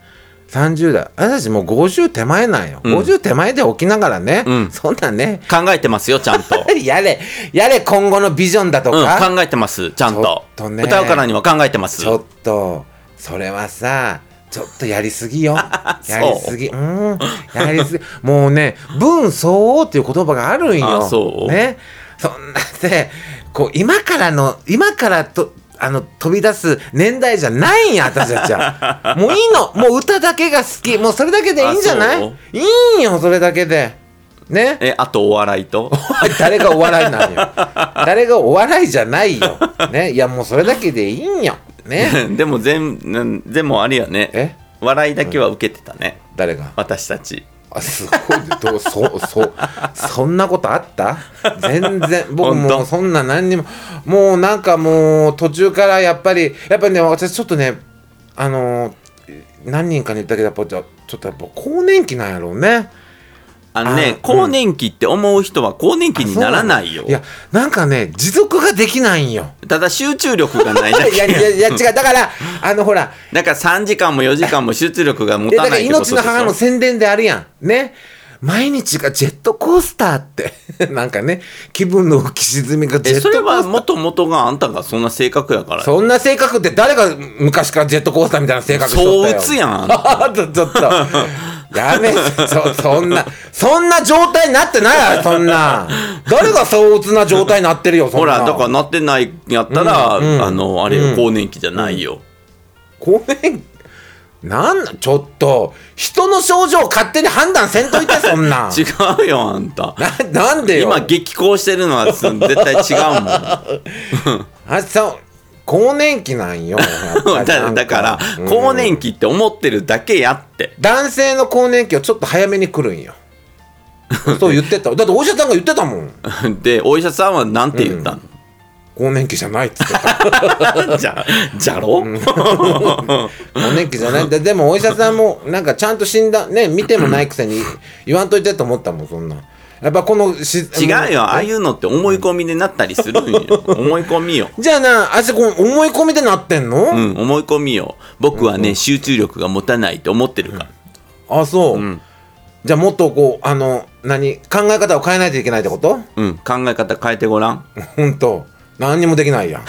Speaker 2: 30代あんたたちもう50手前なんよ、
Speaker 1: ん
Speaker 2: 50手前で起きながらね、
Speaker 1: うん
Speaker 2: そんなんね
Speaker 1: 考えてますよちゃんと
Speaker 2: やれやれ今後のビジョンだとか、
Speaker 1: うん、考えてますちゃん
Speaker 2: ち
Speaker 1: と
Speaker 2: ょっとね
Speaker 1: 歌うからには考えてます
Speaker 2: ちょっとそれはさちょっとやりすぎよ や
Speaker 1: そう
Speaker 2: りすぎうんやりすぎもうね分相応っていう言葉があるんよ
Speaker 1: あそう
Speaker 2: ねそんなってこう今からの今からとあの飛び出す年代じゃないんや私たち はもういいのもう歌だけが好きもうそれだけでいいんじゃな
Speaker 1: あ
Speaker 2: い
Speaker 1: そう
Speaker 2: いいんよそれだけでね
Speaker 1: えあとお笑いと
Speaker 2: 誰がお笑いな んよ誰がお笑いじゃないよ、ね、いやもうそれだけでいいんよね
Speaker 1: でも全なんでもあれやね
Speaker 2: え
Speaker 1: 笑いだけは受けてたね、
Speaker 2: 誰が
Speaker 1: 私たち
Speaker 2: あすごいどうそそそんなことあった全然 僕
Speaker 1: 本当
Speaker 2: もうそんな何にももうなんかもう途中からやっぱりやっぱりね私ちょっとねあのー何人かに言ったけどやっぱちょちょっとやっぱ更年期なんやろうね
Speaker 1: あのね
Speaker 2: あ
Speaker 1: 更年期って思う人は更年期にならないよ
Speaker 2: いやなんかね持続ができないんよ
Speaker 1: ただ集中力が ないだ
Speaker 2: い
Speaker 1: け
Speaker 2: やいやいや違うだからあのほら
Speaker 1: だから3時間も4時間も集中力が持
Speaker 2: い
Speaker 1: た
Speaker 2: やだか
Speaker 1: な
Speaker 2: ら
Speaker 1: いってことで
Speaker 2: 命
Speaker 1: し
Speaker 2: の母の
Speaker 1: ょ
Speaker 2: 宣伝であるやんね毎日がジェットコースターって なんかね気分の浮き沈みがジェ
Speaker 1: え
Speaker 2: ッ
Speaker 1: そ
Speaker 2: トコース
Speaker 1: れ
Speaker 2: ター
Speaker 1: はもともとがあんたがそんな性格やから
Speaker 2: そんな性格って誰が昔からジェットコースターみたいな性格しとったよ
Speaker 1: そう打つやん
Speaker 2: あと ちょっとやめそそんなそんな状態になってないやろそんな誰がそう打つな状態になってるよそん
Speaker 1: ほ
Speaker 2: な
Speaker 1: らだからなってないやったら、あのあれよ、更年期じゃないよ、
Speaker 2: ごめんなんなちょっと人の症状を勝手に判断せんといてそ んな
Speaker 1: 違うよあんた
Speaker 2: ななんでよ
Speaker 1: 今激高してるのはす絶対違う もん
Speaker 2: あそう更年期なんよやっ ぱ
Speaker 1: だ
Speaker 2: りなん
Speaker 1: だから、
Speaker 2: うん
Speaker 1: 更年期って思ってるだけやって
Speaker 2: 男性の更年期はちょっと早めに来る んよそう言ってただってお医者さんが言ってたもん
Speaker 1: でお医者さんはなんて言ったの、
Speaker 2: 更年期じゃないっつってた
Speaker 1: じゃじゃろ、
Speaker 2: 更年期じゃない ででもお医者さんもなんかちゃんと診断ね見てもないくせに言わんといてと思ったもんそんなやっぱこのし
Speaker 1: 違うよああいうのって思い込みでなったりするんよ 思い込みよ
Speaker 2: じゃあなあいつこう思い込みでなってんの、
Speaker 1: うん思い込みよ僕はね、集中力が持たないと思ってるから、
Speaker 2: あそう、じゃあもっとこうあの何考え方を変えないといけないってこと
Speaker 1: うん、考え方変えてごらん
Speaker 2: ほんと何にもでき ないやん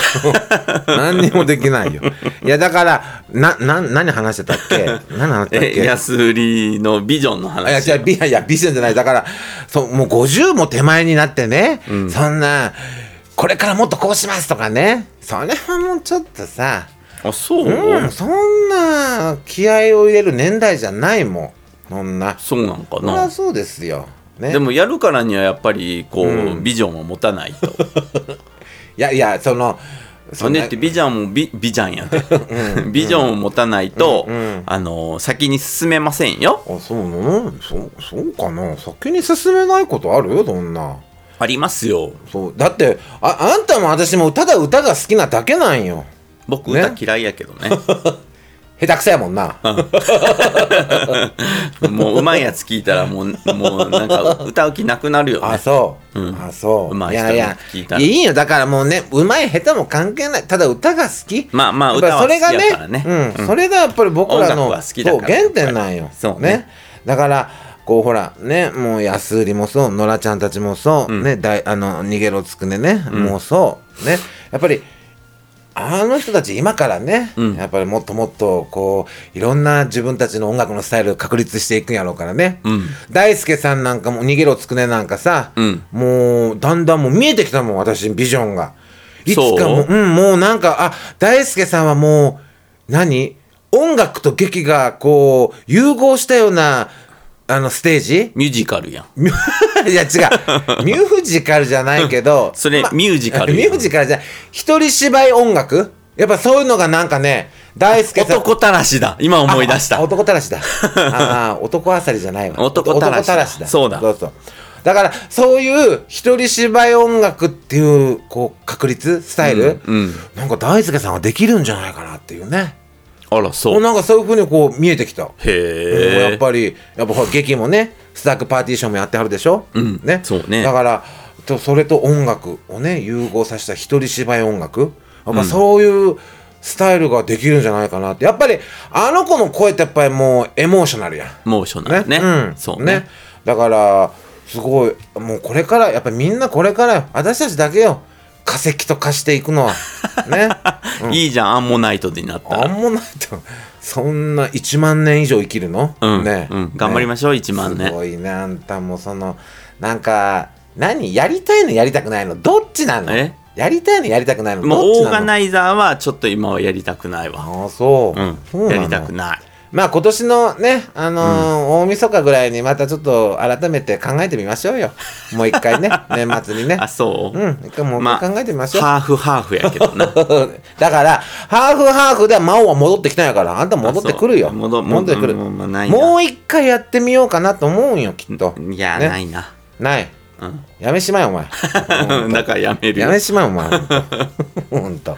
Speaker 2: 何にもできないよいやだからなな何話してたっ け何話してたっ
Speaker 1: え
Speaker 2: け
Speaker 1: 安売りのビジョンの
Speaker 2: いや、
Speaker 1: 話
Speaker 2: じゃあ、ビいやいや、ビジョンじゃない。だから、そう、もう50も手前になってね、そんな、これからもっとこうしますとかね、それはもうちょっとさ、
Speaker 1: あそう、
Speaker 2: うん、そんな気合を入れる年代じゃないもん。そんな。そ
Speaker 1: そうなんか
Speaker 2: りゃ
Speaker 1: な
Speaker 2: そうですよ。ね。
Speaker 1: でもやるからにはやっぱりこう、ビジョンは持たないと
Speaker 2: いやいや、その、
Speaker 1: そ
Speaker 2: そ
Speaker 1: ん
Speaker 2: ん
Speaker 1: で
Speaker 2: な
Speaker 1: ってビジョンもビビジョンやでビジョンを持たないと、あの先に進めませんよ
Speaker 2: あ、そうなのそう、そうかな先に進めないことあるよ、そんな。
Speaker 1: ありますよ
Speaker 2: そう。だって、あ、あんたも私もただ歌が好きなだけなんよ。
Speaker 1: 僕
Speaker 2: ね
Speaker 1: 歌嫌いやけどね
Speaker 2: 下手くそやも んな。
Speaker 1: もううまいやつ聞いたらもうもうなんか歌う気なくなるよ
Speaker 2: あ
Speaker 1: ね
Speaker 2: そう、
Speaker 1: うん
Speaker 2: あそう
Speaker 1: うまい人
Speaker 2: やいや
Speaker 1: 聞い
Speaker 2: い
Speaker 1: た
Speaker 2: や
Speaker 1: ら
Speaker 2: いいよだからもうねうまい下手も関係ないただ歌が好き
Speaker 1: まあまあ
Speaker 2: やっぱり
Speaker 1: 歌は好きやからね
Speaker 2: それがね、うんそれがやっぱり僕らの
Speaker 1: 音楽は好きだから
Speaker 2: そう原点なんよ
Speaker 1: そうね
Speaker 2: だからこうほらねもう安売りもそう野良ちゃんたちもそう、ねだいあの逃げろつくねね、もうそうねやっぱりあの人たち今からね、
Speaker 1: うん
Speaker 2: やっぱりもっともっとこういろんな自分たちの音楽のスタイルを確立していくんやろうからね、
Speaker 1: うん
Speaker 2: 大輔さんなんかも逃げろつくねなんかさ、
Speaker 1: うん
Speaker 2: もうだんだんもう見えてきたもん私ビジョンがいつかもう、
Speaker 1: そう
Speaker 2: ん、もうなんかあ大輔さんはもう何音楽と劇がこう融合したようなあのステージ
Speaker 1: ミュージカルやん
Speaker 2: いや違うミュージカルじゃないけど
Speaker 1: それ
Speaker 2: まあ
Speaker 1: ミュージカル
Speaker 2: ミ
Speaker 1: やん
Speaker 2: ュージカルじゃない一人芝居音楽やっぱそういうのがなんかね大輔さん
Speaker 1: 男たらしだ今思い出し
Speaker 2: ああ
Speaker 1: た
Speaker 2: 男たらしだ。あ あ、男あさりじゃないわ。
Speaker 1: 男たらしだそうだ
Speaker 2: そうそう。だから、そういう一人芝居音楽っていう、こう、確率、スタイル、
Speaker 1: うんうん
Speaker 2: なんか大輔さんができるんじゃないかなっていうね。
Speaker 1: あらそ
Speaker 2: もう
Speaker 1: う
Speaker 2: なんかそういうふうにこう、見えてきた。もう
Speaker 1: へ
Speaker 2: やっ
Speaker 1: え
Speaker 2: ぱり、やっぱほら劇もね、スタックパーティションもやってはるでしょ。
Speaker 1: ん
Speaker 2: ね。
Speaker 1: そうね
Speaker 2: だから、とそれと音楽をね、融合させた一人芝居音楽。やっぱそういうスタイルができるんじゃないかなって。やっぱり、あの子の声ってやっぱりもうエモーショナルやん。
Speaker 1: モーショナルね
Speaker 2: うん、
Speaker 1: そうね
Speaker 2: だからすごいもうこれからやっぱりみんなこれからよ私たちだけよ化石と化していくの はね
Speaker 1: いいじゃんアンモナイトでなった
Speaker 2: あ
Speaker 1: ら
Speaker 2: んもないとそんな1万年以上生きるの、
Speaker 1: うん
Speaker 2: ね、
Speaker 1: うん頑張りましょう1万
Speaker 2: す
Speaker 1: ね
Speaker 2: ごいねあんたもそのなんか何やりたいのやりたくないのどっちなの
Speaker 1: え
Speaker 2: やりたいのやりたくないの
Speaker 1: もう
Speaker 2: どっ
Speaker 1: オー
Speaker 2: ちな
Speaker 1: ガ
Speaker 2: の
Speaker 1: ナイザーはちょっと今はやりたくないわ
Speaker 2: ああそう,、そううんな
Speaker 1: や
Speaker 2: の
Speaker 1: りたくない
Speaker 2: まあ今年のね、あのー大晦日ぐらいにまたちょっと改めて考えてみまし ょうよ。もう一回ね、年末にね
Speaker 1: あ。そう
Speaker 2: うん、一回もう一回考えてみましょう。
Speaker 1: ハーフハーフやけどな
Speaker 2: だから、ハーフハーフで魔王は戻ってきたんやから、あんた 戻ってくるよ。
Speaker 1: あそう戻
Speaker 2: 戻ってくる。
Speaker 1: もうもうないな
Speaker 2: もう一回やってみようかなと思うんよ、きっと。
Speaker 1: いや
Speaker 2: ね
Speaker 1: ないな
Speaker 2: ない。
Speaker 1: うん
Speaker 2: やめしまえ、お 前。
Speaker 1: だからやめる
Speaker 2: や
Speaker 1: よ
Speaker 2: めしまえ、お前。ほんと。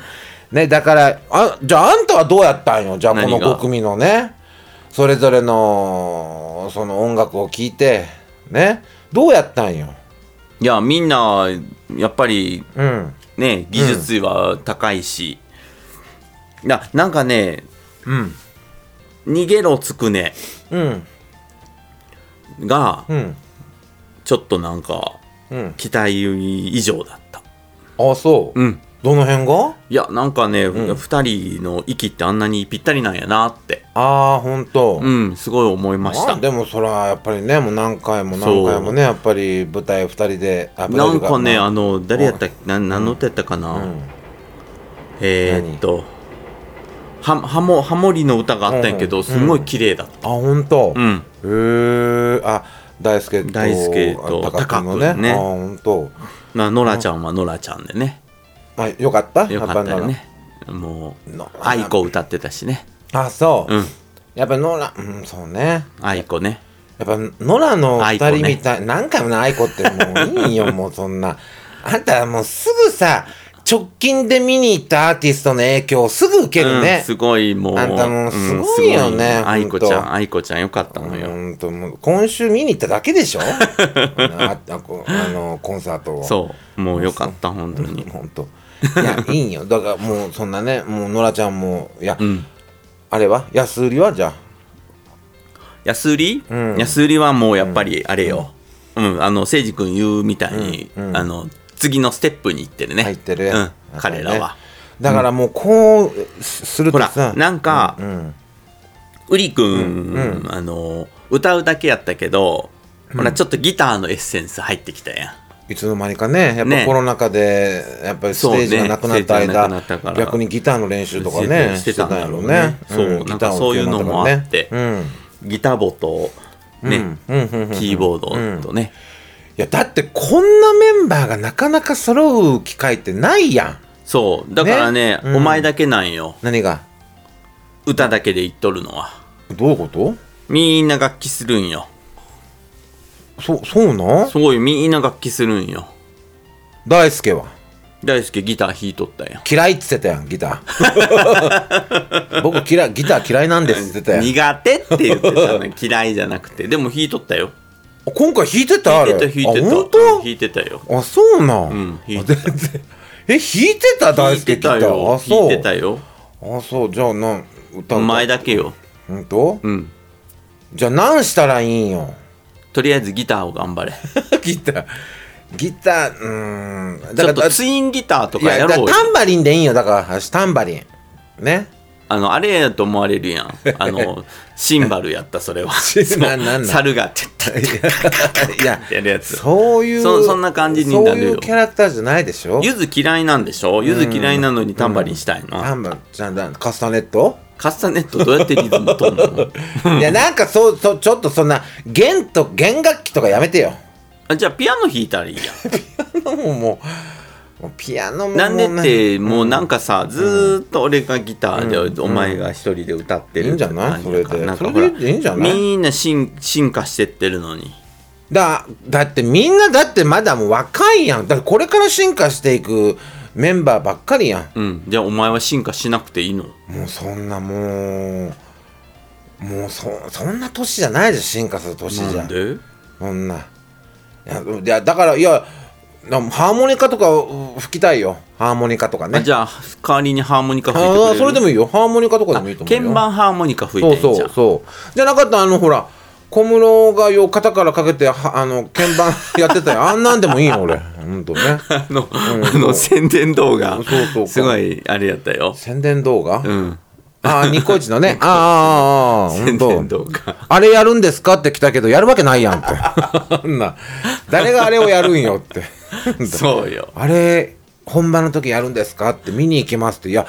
Speaker 2: ね、だから、あ、じゃああんたはどうやったんよ。じゃあこの
Speaker 1: 何が
Speaker 2: 5組のね、それぞれの、その音楽を聴いて、ねどうやったんよ
Speaker 1: いやみんなやっぱり
Speaker 2: うん
Speaker 1: ね技術は高いし、ななんかね
Speaker 2: うん
Speaker 1: 逃げろつくね
Speaker 2: うん
Speaker 1: が
Speaker 2: うん
Speaker 1: ちょっとなんか
Speaker 2: うん
Speaker 1: 期待以上だった
Speaker 2: あそう、
Speaker 1: うん
Speaker 2: どの辺が
Speaker 1: いやなんかね、
Speaker 2: ん
Speaker 1: 二人の息ってあんなにぴったりなんやなって
Speaker 2: ああほんと、
Speaker 1: うんすごい思いまし
Speaker 2: まあ
Speaker 1: た
Speaker 2: でもそらやっぱりねもう何回も何回もねやっぱり舞台二人であ舞
Speaker 1: な
Speaker 2: 台と
Speaker 1: ん
Speaker 2: いう
Speaker 1: かねあ
Speaker 2: の
Speaker 1: の誰やったっけな何の歌やったかな、えーっとはハモハモリの歌があったんやけど、
Speaker 2: うん
Speaker 1: すごい綺麗だった
Speaker 2: あほんと、
Speaker 1: う
Speaker 2: へ
Speaker 1: ん
Speaker 2: えあ大輔と
Speaker 1: 大輔と
Speaker 2: あ高君の
Speaker 1: 高
Speaker 2: ね
Speaker 1: 君ね
Speaker 2: あほんと
Speaker 1: なノラちゃんはノラちゃんでね
Speaker 2: まあよかった
Speaker 1: よかったよ
Speaker 2: や
Speaker 1: ねもう
Speaker 2: ぱりな
Speaker 1: 愛子歌ってたしね
Speaker 2: あそう、
Speaker 1: うん
Speaker 2: やっぱノラうんそうね
Speaker 1: 愛子ね
Speaker 2: やっぱノラの二
Speaker 1: 愛子
Speaker 2: 人
Speaker 1: ね
Speaker 2: みたい、何回もな愛子ってもういいよもうそんな あんたもうすぐさ直近で見に行ったアーティストの影響をすぐ受ける
Speaker 1: うん
Speaker 2: ね、
Speaker 1: すごいもう
Speaker 2: あんたもうす
Speaker 1: うん
Speaker 2: ごいよね
Speaker 1: すごい愛子ち
Speaker 2: ほ
Speaker 1: ゃ
Speaker 2: んと
Speaker 1: ん愛子ちゃんよかったのよ
Speaker 2: うんともう今週見に行っただけで しょああこあのコンサートを
Speaker 1: そうもうよかった本当に
Speaker 2: 本当いやいいんよだからもうそんなねもうノラちゃんもいや、
Speaker 1: うん
Speaker 2: あれは安売りはじゃあ
Speaker 1: 安売り、
Speaker 2: うん
Speaker 1: 安売りはもうやっぱりあれよ、うんあの誠司君言うみたいに、
Speaker 2: うんうん
Speaker 1: あの次のステップに行ってるね
Speaker 2: 入ってる
Speaker 1: う
Speaker 2: やつ、
Speaker 1: ん、彼らは、
Speaker 2: だからもうこうすると
Speaker 1: ほ
Speaker 2: さ
Speaker 1: らなんか
Speaker 2: うん
Speaker 1: うりくん、
Speaker 2: うん
Speaker 1: あの歌うだけやったけど、ほらちょっとギターのエッセンス入ってきたやん
Speaker 2: いつの間にかねやっぱ
Speaker 1: ね
Speaker 2: コロナ禍でやっぱりス
Speaker 1: そう
Speaker 2: テー
Speaker 1: ね
Speaker 2: ジがなくなった
Speaker 1: ステージが
Speaker 2: 間、
Speaker 1: なくなったから
Speaker 2: 逆にギターの練習とかね
Speaker 1: してたんだろうね
Speaker 2: してたんや
Speaker 1: そう
Speaker 2: ろ
Speaker 1: うなんかそういうのもあって
Speaker 2: ギ
Speaker 1: ギター
Speaker 2: ターを弾くよ
Speaker 1: ボとね、
Speaker 2: うになったからねうんうんうんうん
Speaker 1: キーボードとね、
Speaker 2: いやだってこんなメンバーがなかなか揃う機会ってないやん
Speaker 1: そうだからね
Speaker 2: ねうん
Speaker 1: お前だけなんよ
Speaker 2: 何が
Speaker 1: 歌だけで言っとるのは
Speaker 2: どういうこと
Speaker 1: みんな楽器するんよ
Speaker 2: そそうなん
Speaker 1: すごいみんな楽器するんよ
Speaker 2: 大輔は
Speaker 1: 大輔ギター弾いとったやん
Speaker 2: 嫌いっつってたやんギタ ー僕嫌いギター嫌いなんですって言ってたやん
Speaker 1: 苦手って言ってたの 嫌いじゃなくてでも弾いとったよ
Speaker 2: 今回弾いてたあ
Speaker 1: 弾
Speaker 2: れ
Speaker 1: いてた弾いてた
Speaker 2: あ本
Speaker 1: うん
Speaker 2: 当
Speaker 1: 弾いてたよ
Speaker 2: あそうなん、
Speaker 1: うん弾
Speaker 2: あ
Speaker 1: い
Speaker 2: 全
Speaker 1: て
Speaker 2: 然え弾いてた
Speaker 1: 弾
Speaker 2: 大
Speaker 1: い
Speaker 2: 輔
Speaker 1: て
Speaker 2: ギタ
Speaker 1: た
Speaker 2: ー
Speaker 1: よ
Speaker 2: あそ
Speaker 1: 弾いうてたよ
Speaker 2: あそうじゃあなん歌
Speaker 1: お
Speaker 2: う
Speaker 1: 前だけよ
Speaker 2: 本当、
Speaker 1: うん
Speaker 2: じゃあ何したらいいん よ
Speaker 1: とりあえずギターを頑張れ
Speaker 2: ギターギターうーん
Speaker 1: ちょっと
Speaker 2: だ
Speaker 1: ツインギターと
Speaker 2: い
Speaker 1: かや
Speaker 2: やだ
Speaker 1: ろ
Speaker 2: か
Speaker 1: う
Speaker 2: ら
Speaker 1: よ
Speaker 2: タンバリンでいいんよだから私タンバリンね
Speaker 1: あのあれやと思われる やんあのシンバルやったそれは
Speaker 2: ンバルなんなん
Speaker 1: 猿がてったって
Speaker 2: いや
Speaker 1: やるやつ
Speaker 2: そういう
Speaker 1: そそんな感じになるよ
Speaker 2: そういうキャラクターじゃないでしょ
Speaker 1: ゆず嫌いなんでしょゆず嫌いなのにタンバリンしたい
Speaker 2: タ
Speaker 1: な
Speaker 2: ンバリンじゃあなんカスタネット
Speaker 1: カスタネットどうやってリズム取るの
Speaker 2: いやなんかそうそうちょっとそんな弦と弦楽器とかやめてよ
Speaker 1: あじゃあピアノ弾いたらいいやん
Speaker 2: もうもうもうピアノも
Speaker 1: なんでっ
Speaker 2: い
Speaker 1: てもうなんかさずーっと俺がギターでお前が一人で歌ってる
Speaker 2: いんじゃな
Speaker 1: 感
Speaker 2: いそ
Speaker 1: じ
Speaker 2: れ
Speaker 1: だから
Speaker 2: で
Speaker 1: ん
Speaker 2: そ
Speaker 1: か
Speaker 2: れ
Speaker 1: ほら
Speaker 2: でいいんじゃない
Speaker 1: みんな進進化してってるのに
Speaker 2: だだってみんなだってまだもう若いやんだからこれから進化していくメンバーばっかりやん
Speaker 1: うんじゃあお前は進化しなくていいの
Speaker 2: もうそんなもうもうそそんな年じゃないじゃん進化する年じ
Speaker 1: な
Speaker 2: ゃ
Speaker 1: ん
Speaker 2: ん
Speaker 1: で
Speaker 2: そんないやいやだからいやなハーモニカとかう吹きたいよハーモニカとかね
Speaker 1: あじゃあ代わりにハーモニカ吹いてくれ
Speaker 2: あ
Speaker 1: る
Speaker 2: それでもいいよハーモニカとかでもいいと思うよ
Speaker 1: 鍵盤ハーモニカ吹い
Speaker 2: そ
Speaker 1: て
Speaker 2: うん
Speaker 1: じゃん
Speaker 2: そうそうじゃなかったあのほら小室がよ肩からかけてはあの鍵盤 やってたよあんなんでもいいよ俺ほん とね
Speaker 1: あの,、あの宣伝動画
Speaker 2: そうそうそう
Speaker 1: すごいあれやったよ、
Speaker 2: 宣伝動画、
Speaker 1: うん、
Speaker 2: ああニコイチ のねあーあーあーあ
Speaker 1: 宣
Speaker 2: ーほん
Speaker 1: 伝
Speaker 2: と
Speaker 1: 動画
Speaker 2: あれやるんですかって来たけどやるわけないやんってそんな誰があれをやるんよって
Speaker 1: そうよ
Speaker 2: あれ本番の時やるんですかって見に行きますっていや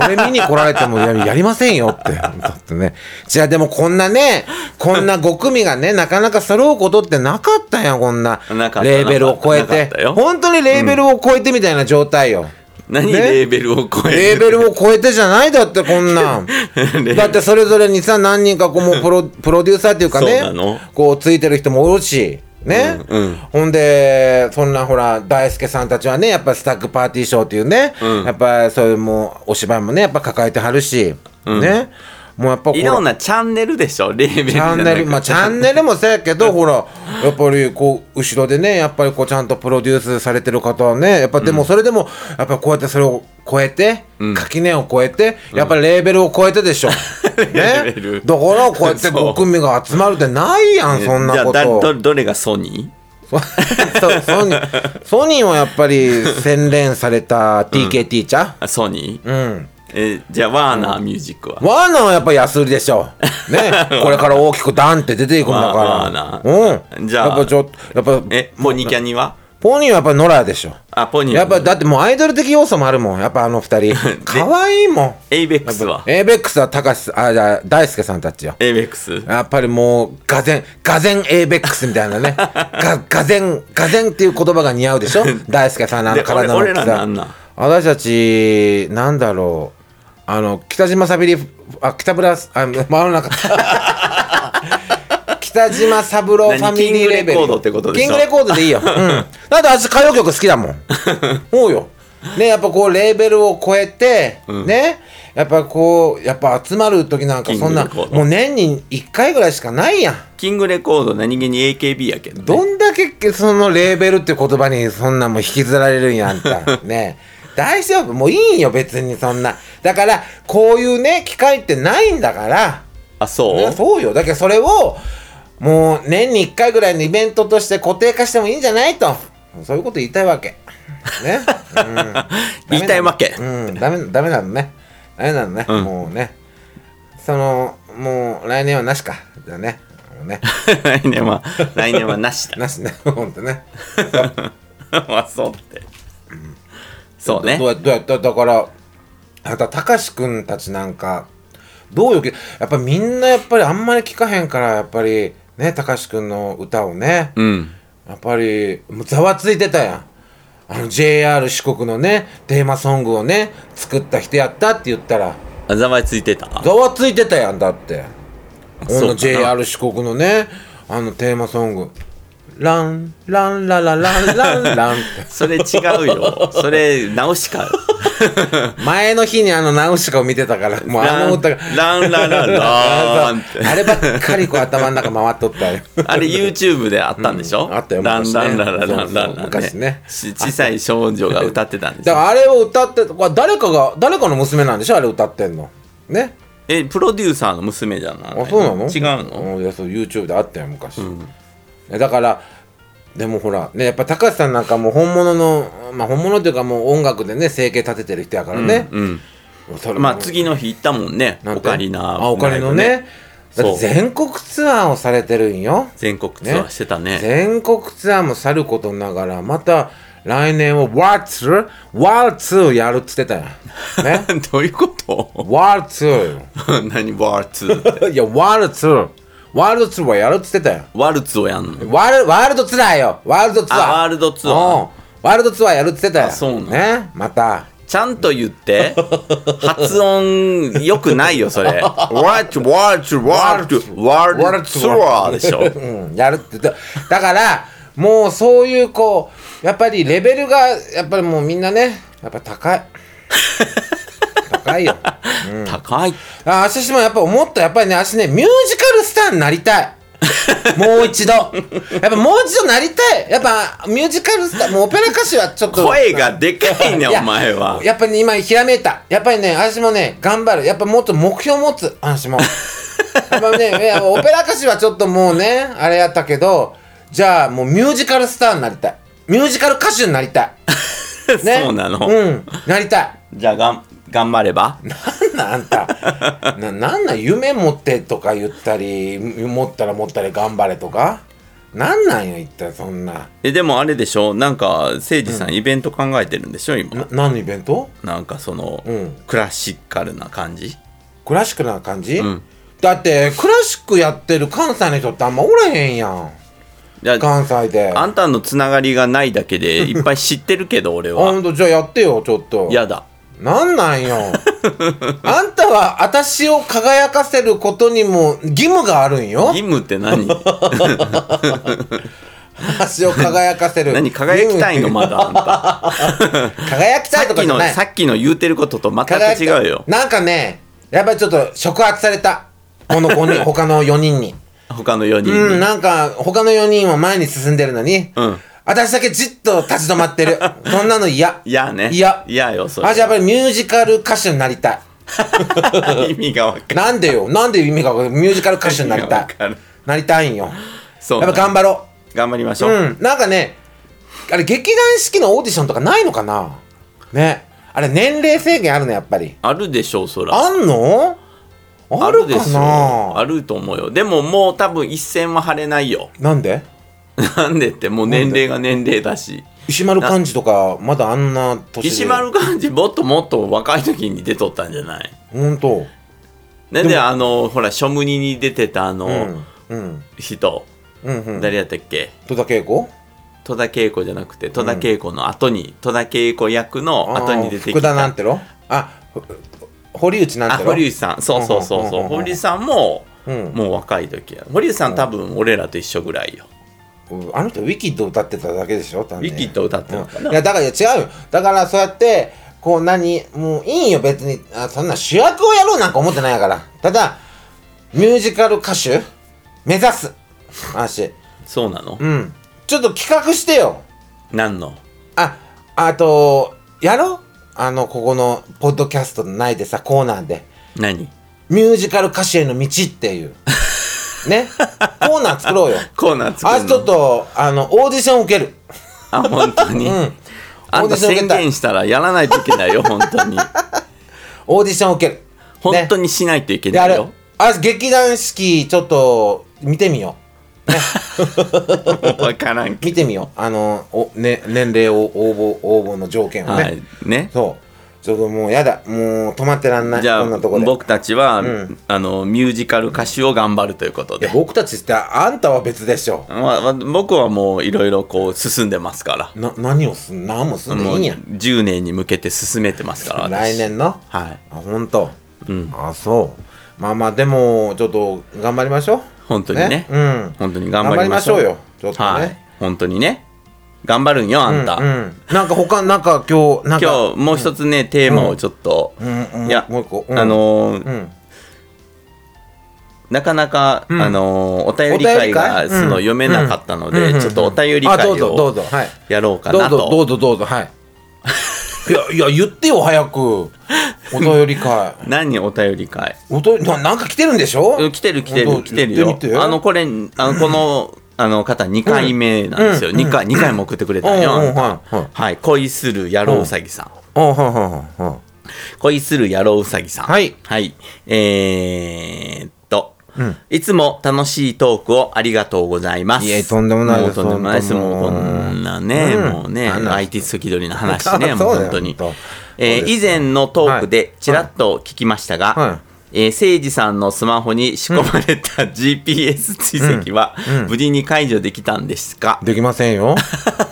Speaker 2: それ見に来られてもいややりませんよってだってねじゃあでもこんなねこんな5組がねなかなか揃うことってなかったやんこんな
Speaker 1: なかった
Speaker 2: レーベルを超え
Speaker 1: なかった
Speaker 2: て
Speaker 1: よ
Speaker 2: 本当にレーベルを超えてみたいな状態よ、
Speaker 1: 何
Speaker 2: ね
Speaker 1: レーベルを超え
Speaker 2: レー
Speaker 1: る
Speaker 2: ベルを超えてじゃないだってこんな ん
Speaker 1: レー
Speaker 2: だってそれぞれにさ何人かこうも うプロプロデューサーっていうかね
Speaker 1: そうなの
Speaker 2: こうついてる人もおるしね、
Speaker 1: うんうん
Speaker 2: ほんでそんなほら大輔さんたちはねやっぱスタッグパーティーショーっていうね、
Speaker 1: うん
Speaker 2: やっぱそういうもうお芝居もねやっぱ抱えてはるし、ねもうやっぱこ
Speaker 1: いろんなチャンネルでしょレーベルじ
Speaker 2: チ
Speaker 1: ゃ
Speaker 2: ャ
Speaker 1: な
Speaker 2: ン
Speaker 1: く
Speaker 2: ネ
Speaker 1: て
Speaker 2: ルまあチャンネルもそうやけどほらやっぱりこう後ろでねやっぱりこうちゃんとプロデュースされてる方はねやっぱでもそれでもやっぱりこうやってそれを超えて、垣根を超えてやっぱりレーベルを超えてで しょ、
Speaker 1: レ
Speaker 2: ね
Speaker 1: ーベル
Speaker 2: だからこうやって5組が集まるってないやんそんなこ
Speaker 1: じゃあだ
Speaker 2: と
Speaker 1: どどれがソニ
Speaker 2: そそうソニーソニーはやっぱり洗練された TKT ちゃ
Speaker 1: ーあソニー
Speaker 2: う、うん
Speaker 1: えじゃあワーナーミュージックは、
Speaker 2: ワーナーはやっぱ安売りでしょ。 ね。これから大きくダンって出ていくんだから。
Speaker 1: ワーナー
Speaker 2: うん。
Speaker 1: じゃあ
Speaker 2: やっぱちょっと、やっぱ、
Speaker 1: えポニキャニは
Speaker 2: ポニーはやっぱノラでしょ。
Speaker 1: あポニー
Speaker 2: やっぱだってもうアイドル的要素もあるもん。やっぱあの 二人。可愛いもん。
Speaker 1: エイベックスは
Speaker 2: エイベックスは高橋、あ、じゃあ大輔さんたちよ。
Speaker 1: エイベックス
Speaker 2: やっぱりもう、がぜん、がぜんエイベックスみたいな ね。が、がぜん、がぜんっていう言葉が似合うでしょ大輔さんのあの
Speaker 1: で俺
Speaker 2: 体の大
Speaker 1: 俺
Speaker 2: き
Speaker 1: ら
Speaker 2: さ
Speaker 1: なん。なん
Speaker 2: 私たち、なんだろう。あの、北島さびり、あ、北村、あ、真ん 中。北島三郎ファミリーレ
Speaker 1: 何キング
Speaker 2: ベル。
Speaker 1: レコードってことでしょ
Speaker 2: キングレコードでいいよ。うん。だって私歌謡曲好き だもん。そうよ。ね、やっぱこう、レーベルを超えて、ね、やっぱこう、やっぱ集まる時なんかそんな、
Speaker 1: キングレコード
Speaker 2: もう年に1回ぐらいしかないやん。
Speaker 1: キングレコード何気に AKB やけど、ね、
Speaker 2: どんだけそのレーベルって言葉にそんなもう引きずられるんやあんた ねえ大丈夫もういいよ別にそんなだからこういうね機会ってないんだから
Speaker 1: あそう、
Speaker 2: ねそうよだけどそれをもう年に1回ぐらいのイベントとして固定化してもいいんじゃないとそういうこと言いたいわけ ね、うん
Speaker 1: 言いたいわけ、
Speaker 2: うん、ダメダメなのね。ダメなのね、
Speaker 1: うん
Speaker 2: もうね。その、もう来年はなしか。だね。もう ね。
Speaker 1: 来年は来年はなしだ
Speaker 2: なしね、 ほんとね。
Speaker 1: まあそうって、そうね
Speaker 2: どうやどうやっただからあなたたかしくんたちなんかどうよけやっぱみんなやっぱりあんまり聞かへんからやっぱりねたかしくんの歌をね、
Speaker 1: うん
Speaker 2: やっぱりもうざわついてたやんあの JR 四国のねテーマソングをね作った人やったって言ったら
Speaker 1: あざわついてた
Speaker 2: ざわついてたやんだって
Speaker 1: そうかな
Speaker 2: この JR 四国のねあのテーマソングランランララランランランって
Speaker 1: それ違う よそれ直しか
Speaker 2: 前の日にあのナウシカを見てたから、もうあの歌が。
Speaker 1: ランランランランって
Speaker 2: あればっかりこう頭の中回っとったよ。
Speaker 1: あれ YouTube であったんでしょ、
Speaker 2: うんあったよ
Speaker 1: ラン
Speaker 2: 昔ね
Speaker 1: ランランランランランラン
Speaker 2: そうそう昔ね
Speaker 1: し小さい少女が歌ってたんでし
Speaker 2: だか
Speaker 1: ょ
Speaker 2: らあれを歌って、これ誰かが、誰かの娘なんでしょあれ歌ってんの。ね。
Speaker 1: えプロデューサーの娘じゃない
Speaker 2: あ、そうなの
Speaker 1: 違うの、
Speaker 2: うんいや、そう、YouTube であったよ、昔。ねだから、でもほら、ね、やっぱ高橋さんなんかもう本物の、まあ本物というかもう音楽でね、生計立ててる人やからね。
Speaker 1: うん
Speaker 2: それ
Speaker 1: まあ次の日行ったもんね
Speaker 2: なん
Speaker 1: オ
Speaker 2: て
Speaker 1: カリナ
Speaker 2: あ、オカリナね。だって全国ツアーをされてるんよ。
Speaker 1: 全国ツアーしてたね
Speaker 2: 全国ツアーもさることながらまた来年はワーツワーツをやるっつってたよ。 ね
Speaker 1: どういうこと
Speaker 2: ワーツ
Speaker 1: 何ワルツって
Speaker 2: いやワールツワールドツアーやるっつってたよ。
Speaker 1: ワルツをやんの
Speaker 2: ワールワールドツアーよワールドツアー
Speaker 1: あワールドツアー
Speaker 2: うんワールドツアーやるっつってたよ。
Speaker 1: あそうなの
Speaker 2: ねまた。
Speaker 1: ちゃんと言って発音よくないよそれワルツワルツワルツワルツツアーでしょ
Speaker 2: うん、やるって言ってだからもうそういうこうやっぱりレベルがやっぱりもうみんなねやっぱ高い高いよ
Speaker 1: 高い
Speaker 2: あ足もやっぱ思ったやっぱりね足ねミュージカルスターになりたいもう一度やっぱもう一度なりたいやっぱミュージカルスターもうオペラ歌手はちょっと
Speaker 1: 声がでかいね
Speaker 2: いや
Speaker 1: お前は
Speaker 2: やっぱり、ね、今ひらめいたやっぱりね私もね頑張るやっぱもっと目標持つ 私もやっぱねいやオペラ歌手はちょっともうねあれやったけどじゃあもうミュージカルスターになりたいミュージカル歌手になりたい、ね、
Speaker 1: そうなの
Speaker 2: うんなりたい
Speaker 1: じゃあがん頑張れば
Speaker 2: なんなんあんたななんなん夢持ってとか言ったり持ったら持ったり頑張れとかなんなんよ一体そんな
Speaker 1: えでもあれでしょなんか誠司さんイベント考えてるんでしょ今
Speaker 2: な何のイベント
Speaker 1: なんかその
Speaker 2: うん
Speaker 1: クラシカルな感じ
Speaker 2: クラシックな感じ、
Speaker 1: ん
Speaker 2: だってクラシックやってる関西の人ってあんまおらへんやん
Speaker 1: じゃあ
Speaker 2: 関西で
Speaker 1: あ
Speaker 2: あ
Speaker 1: んたのつながりがないだけ でいっぱい知ってるけど俺
Speaker 2: ほ
Speaker 1: は
Speaker 2: んとじゃあやってよちょっと
Speaker 1: 嫌だ
Speaker 2: なんな んよあんたは私を輝かせることにも義務があるんよ
Speaker 1: 義務って何
Speaker 2: 私を輝かせる
Speaker 1: 何輝きたいのまだあんた
Speaker 2: 輝きたい
Speaker 1: さっ
Speaker 2: とか
Speaker 1: き
Speaker 2: じゃ
Speaker 1: の
Speaker 2: ない
Speaker 1: さっきの言うてることと全く違うよ
Speaker 2: なんかね、やっぱりちょっと触発された。この5人、他の4人に。
Speaker 1: 他の4人に、
Speaker 2: うん、なんか、他の4人は前に進んでるのに、
Speaker 1: うん
Speaker 2: 私だけじっと立ち止まって る。そんなの嫌。
Speaker 1: いやね
Speaker 2: 嫌
Speaker 1: いやよそれ
Speaker 2: あ、じゃあやっぱりミュージカル歌手になりたい。
Speaker 1: 意味が分かる
Speaker 2: なんでよ。なんで意味がわかるミュージカル歌手になりたい
Speaker 1: 意味がわかる。
Speaker 2: なりたいんよ。
Speaker 1: そう
Speaker 2: やっぱ頑張ろ
Speaker 1: 頑張りまし
Speaker 2: う。
Speaker 1: ょう、
Speaker 2: うん。なんかね、あれ劇団四季のオーディションとかないのかなね。あれ年齢制限あるの、やっぱり。
Speaker 1: あるでしょうそら
Speaker 2: あんのあるか
Speaker 1: でしょうあ
Speaker 2: な
Speaker 1: ると思うよでももう多分一線は張れないよ
Speaker 2: なんで
Speaker 1: なんでってもう年齢が年齢だし
Speaker 2: 石丸幹二とかまだあんな年で
Speaker 1: 石丸幹二もっともっと若い時に出とったんじゃない
Speaker 2: ほんと
Speaker 1: ねであのほら「ショムニ」に出てたあの、
Speaker 2: うんうん
Speaker 1: 人
Speaker 2: うんうん
Speaker 1: 誰やったっけ
Speaker 2: 戸田恵子
Speaker 1: 戸田恵子じゃなくて戸田恵子の後に、戸田恵子役の後に出てきた
Speaker 2: あー福田なんてろあふ堀内なん
Speaker 1: あ
Speaker 2: てろ
Speaker 1: 堀内さんそうそうそうそう
Speaker 2: うんうんうんうん
Speaker 1: 堀内さんも
Speaker 2: うん
Speaker 1: もう若い時や堀内さん多分俺らと一緒ぐらいよ
Speaker 2: あの人ウィキッド歌ってただけでしょウ
Speaker 1: ウィキッド歌ってたのかない
Speaker 2: やだからいや違うよだからそうやってこう何もういいよ別にあそんな主役をやろうなんか思ってないからただミュージカル歌手目指す話
Speaker 1: そうなの
Speaker 2: うんちょっと企画してよ
Speaker 1: 何の
Speaker 2: ああとやろうあのここのポッドキャストの内でさコーナーで
Speaker 1: 何
Speaker 2: ミュージカル歌手への道って いうねコーナー作ろうよ
Speaker 1: コーナー作
Speaker 2: あ
Speaker 1: るの
Speaker 2: ちょっとあのオーディション受ける
Speaker 1: あ本当に、
Speaker 2: うん
Speaker 1: あんた宣言したらやらないといけないよ本 当に
Speaker 2: オーディション受ける
Speaker 1: 本当
Speaker 2: ね、
Speaker 1: にしないといけ
Speaker 2: で
Speaker 1: な
Speaker 2: あ
Speaker 1: い
Speaker 2: れ
Speaker 1: よ、
Speaker 2: あ劇団四季ちょっと見てみよ
Speaker 1: もう分からん
Speaker 2: う
Speaker 1: け
Speaker 2: 見てみようあのお、ね、年齢を応募応募の条件
Speaker 1: ど
Speaker 2: を ね、
Speaker 1: はいね
Speaker 2: そうちょっともうやだもう止まってらんない
Speaker 1: じゃ
Speaker 2: こん
Speaker 1: あ
Speaker 2: なとこで
Speaker 1: 僕たちは、
Speaker 2: ん
Speaker 1: あのミュージカル歌手を頑張るということ
Speaker 2: いや
Speaker 1: で、
Speaker 2: 僕たちってあんたは別でしょ
Speaker 1: まあまあ僕はもういろいろこう進んでますか
Speaker 2: な何をすん何もす
Speaker 1: ら
Speaker 2: んでい
Speaker 1: もう
Speaker 2: いんや
Speaker 1: 10年に向けて進めてますから私
Speaker 2: 来年の
Speaker 1: はい
Speaker 2: あ本当
Speaker 1: うん
Speaker 2: あそうまあまあでもちょっと頑張りましょう
Speaker 1: 本当にね
Speaker 2: うん
Speaker 1: 本当に頑張りましょう
Speaker 2: 頑張りましょうよちょっと
Speaker 1: はい、
Speaker 2: ね
Speaker 1: 本当にね頑張るんよあんた、
Speaker 2: うんなんか他なんか今日なんか
Speaker 1: 今日もう一つね、テーマをちょっと、
Speaker 2: うんうん
Speaker 1: いや
Speaker 2: もう一個うん
Speaker 1: あのー
Speaker 2: ん
Speaker 1: なかなか、
Speaker 2: ん
Speaker 1: あのーお便り
Speaker 2: お便
Speaker 1: 会
Speaker 2: り
Speaker 1: が
Speaker 2: 会
Speaker 1: その
Speaker 2: うん
Speaker 1: 読めなかったので、
Speaker 2: うんうん
Speaker 1: ちょっとお便り会
Speaker 2: あどうぞどう
Speaker 1: を
Speaker 2: ぞはい
Speaker 1: やろうか
Speaker 2: ど
Speaker 1: な
Speaker 2: う
Speaker 1: と
Speaker 2: ぞどうぞどうぞはい いやいや言ってよ早くお便り会
Speaker 1: 何お便り会
Speaker 2: おとななんか来てるんでしょ
Speaker 1: うん来てる来て
Speaker 2: ど
Speaker 1: る
Speaker 2: う
Speaker 1: 来てる
Speaker 2: 言
Speaker 1: よ
Speaker 2: ってみて
Speaker 1: あのこれあのこのあの方2回目なんですよ、
Speaker 2: うん
Speaker 1: 二回二回も送ってくれたんよ、
Speaker 2: うんうん
Speaker 1: あんた
Speaker 2: はいはい
Speaker 1: はい恋する野郎うさぎさん、
Speaker 2: あはいはいはいはい
Speaker 1: 恋する野郎うさぎさん
Speaker 2: はい
Speaker 1: はいえー、っと、
Speaker 2: うん
Speaker 1: いつも楽しいトークをありがとうございます。
Speaker 2: いえとんでもない
Speaker 1: も
Speaker 2: で
Speaker 1: う
Speaker 2: す
Speaker 1: とんでもないです。もうこ
Speaker 2: 本当もうん
Speaker 1: なね、
Speaker 2: うん
Speaker 1: もうね、
Speaker 2: あんな
Speaker 1: IT 先取りの話ね、
Speaker 2: そ
Speaker 1: も
Speaker 2: う
Speaker 1: う
Speaker 2: だ
Speaker 1: 本
Speaker 2: よ
Speaker 1: 当に
Speaker 2: 本当。
Speaker 1: え
Speaker 2: そ
Speaker 1: ー
Speaker 2: うです
Speaker 1: 以前のトークでちらっと聞きましたが、
Speaker 2: はい
Speaker 1: えー、誠司さんのスマホに仕込まれた GPS 追跡は無事に解除できたんですか、
Speaker 2: できません よ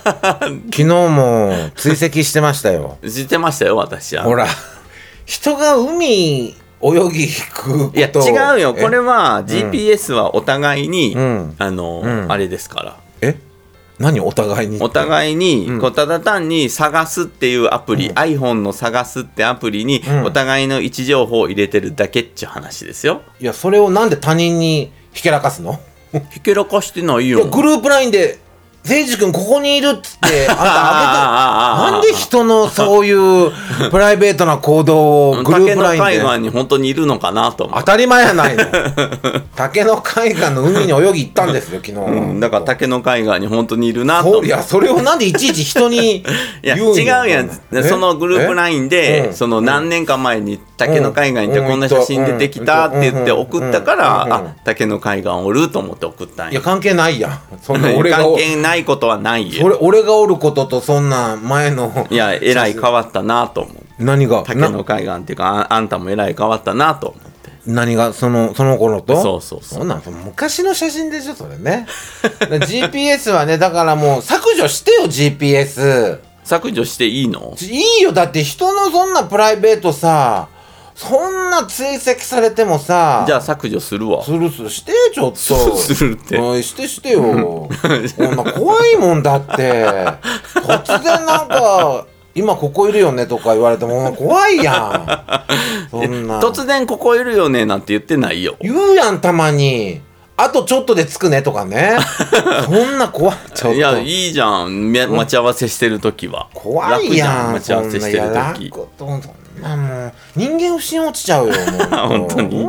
Speaker 2: 昨日も追跡してましたよ
Speaker 1: 知ってましたよ、私は。
Speaker 2: ほら人が海泳ぎ行くこと
Speaker 1: いや、違うよ。
Speaker 2: え
Speaker 1: これは GPS はお互いに、
Speaker 2: うん
Speaker 1: あの、
Speaker 2: うん
Speaker 1: あれですから。
Speaker 2: え何お互いに
Speaker 1: お
Speaker 2: い
Speaker 1: 互いに、こうただ単に探すっていうアプリ、iPhone の探すってアプリに、
Speaker 2: ん
Speaker 1: お互いの位置情報を入れてるだけっちゅう話ですよ。
Speaker 2: いやそれをなんで他人にひけらかすの
Speaker 1: ひけらかしてない
Speaker 2: い
Speaker 1: よ。
Speaker 2: やグループラインで「誠司君ここにいる」っつ ってあん
Speaker 1: ああああああ
Speaker 2: たあげてなんで人のそういう プライベートな行動をグルー
Speaker 1: 竹
Speaker 2: プ
Speaker 1: の
Speaker 2: ライン
Speaker 1: 海
Speaker 2: で
Speaker 1: 岸に本当にいるのかなと思
Speaker 2: 当
Speaker 1: う。
Speaker 2: たり前やないの竹の海岸の海に泳ぎ行ったんですよ昨日、
Speaker 1: うん、だから竹の海岸に本当にいるなと
Speaker 2: そう
Speaker 1: 思う。
Speaker 2: いやそれをなんでいちいち人に
Speaker 1: いや
Speaker 2: 言うん
Speaker 1: 違うや
Speaker 2: え
Speaker 1: んそのグループラインで、
Speaker 2: え
Speaker 1: その
Speaker 2: うん
Speaker 1: 何年か前に竹の海岸にいて
Speaker 2: うん
Speaker 1: こんな写真出てきたって言って
Speaker 2: うん
Speaker 1: 送ったか
Speaker 2: うん
Speaker 1: ら、
Speaker 2: うん
Speaker 1: あ竹の海岸おると思って送ったん
Speaker 2: い
Speaker 1: や
Speaker 2: や関係ないやんそんな俺が
Speaker 1: 関係 ないことはないよ
Speaker 2: 俺俺がおることとそんな前の
Speaker 1: いやえらい変わったなと思う
Speaker 2: 何が
Speaker 1: 竹の海岸っていうかああんたもえらい変わったなと思って
Speaker 2: 何がそのその頃と
Speaker 1: そうそうそう
Speaker 2: そんなんその昔の写真でしょそれねだから GPS はねだからもう削除してよ GPS
Speaker 1: 削除していいの
Speaker 2: ちいいよだって人のそんなプライベートさそんな追跡されてもさ
Speaker 1: じゃあ削除するわ
Speaker 2: するするしてちょっと
Speaker 1: するって
Speaker 2: おいしてしてよこんな怖いもんだって突然なんか今ここいるよねとか言われても怖いやんそんな
Speaker 1: 突然ここいるよねなんて言ってないよ
Speaker 2: 言うやんたまにあとちょっとで着くねとかねそんな怖いちょっ
Speaker 1: いや
Speaker 2: と
Speaker 1: いいじゃんめ待ち合わせしてる時は
Speaker 2: 怖いや
Speaker 1: 楽じゃ
Speaker 2: ん
Speaker 1: ん待ち合わせしてる時
Speaker 2: そんなやらんことそんなもう人間不信落ちちゃうよもう
Speaker 1: 本当に
Speaker 2: う ん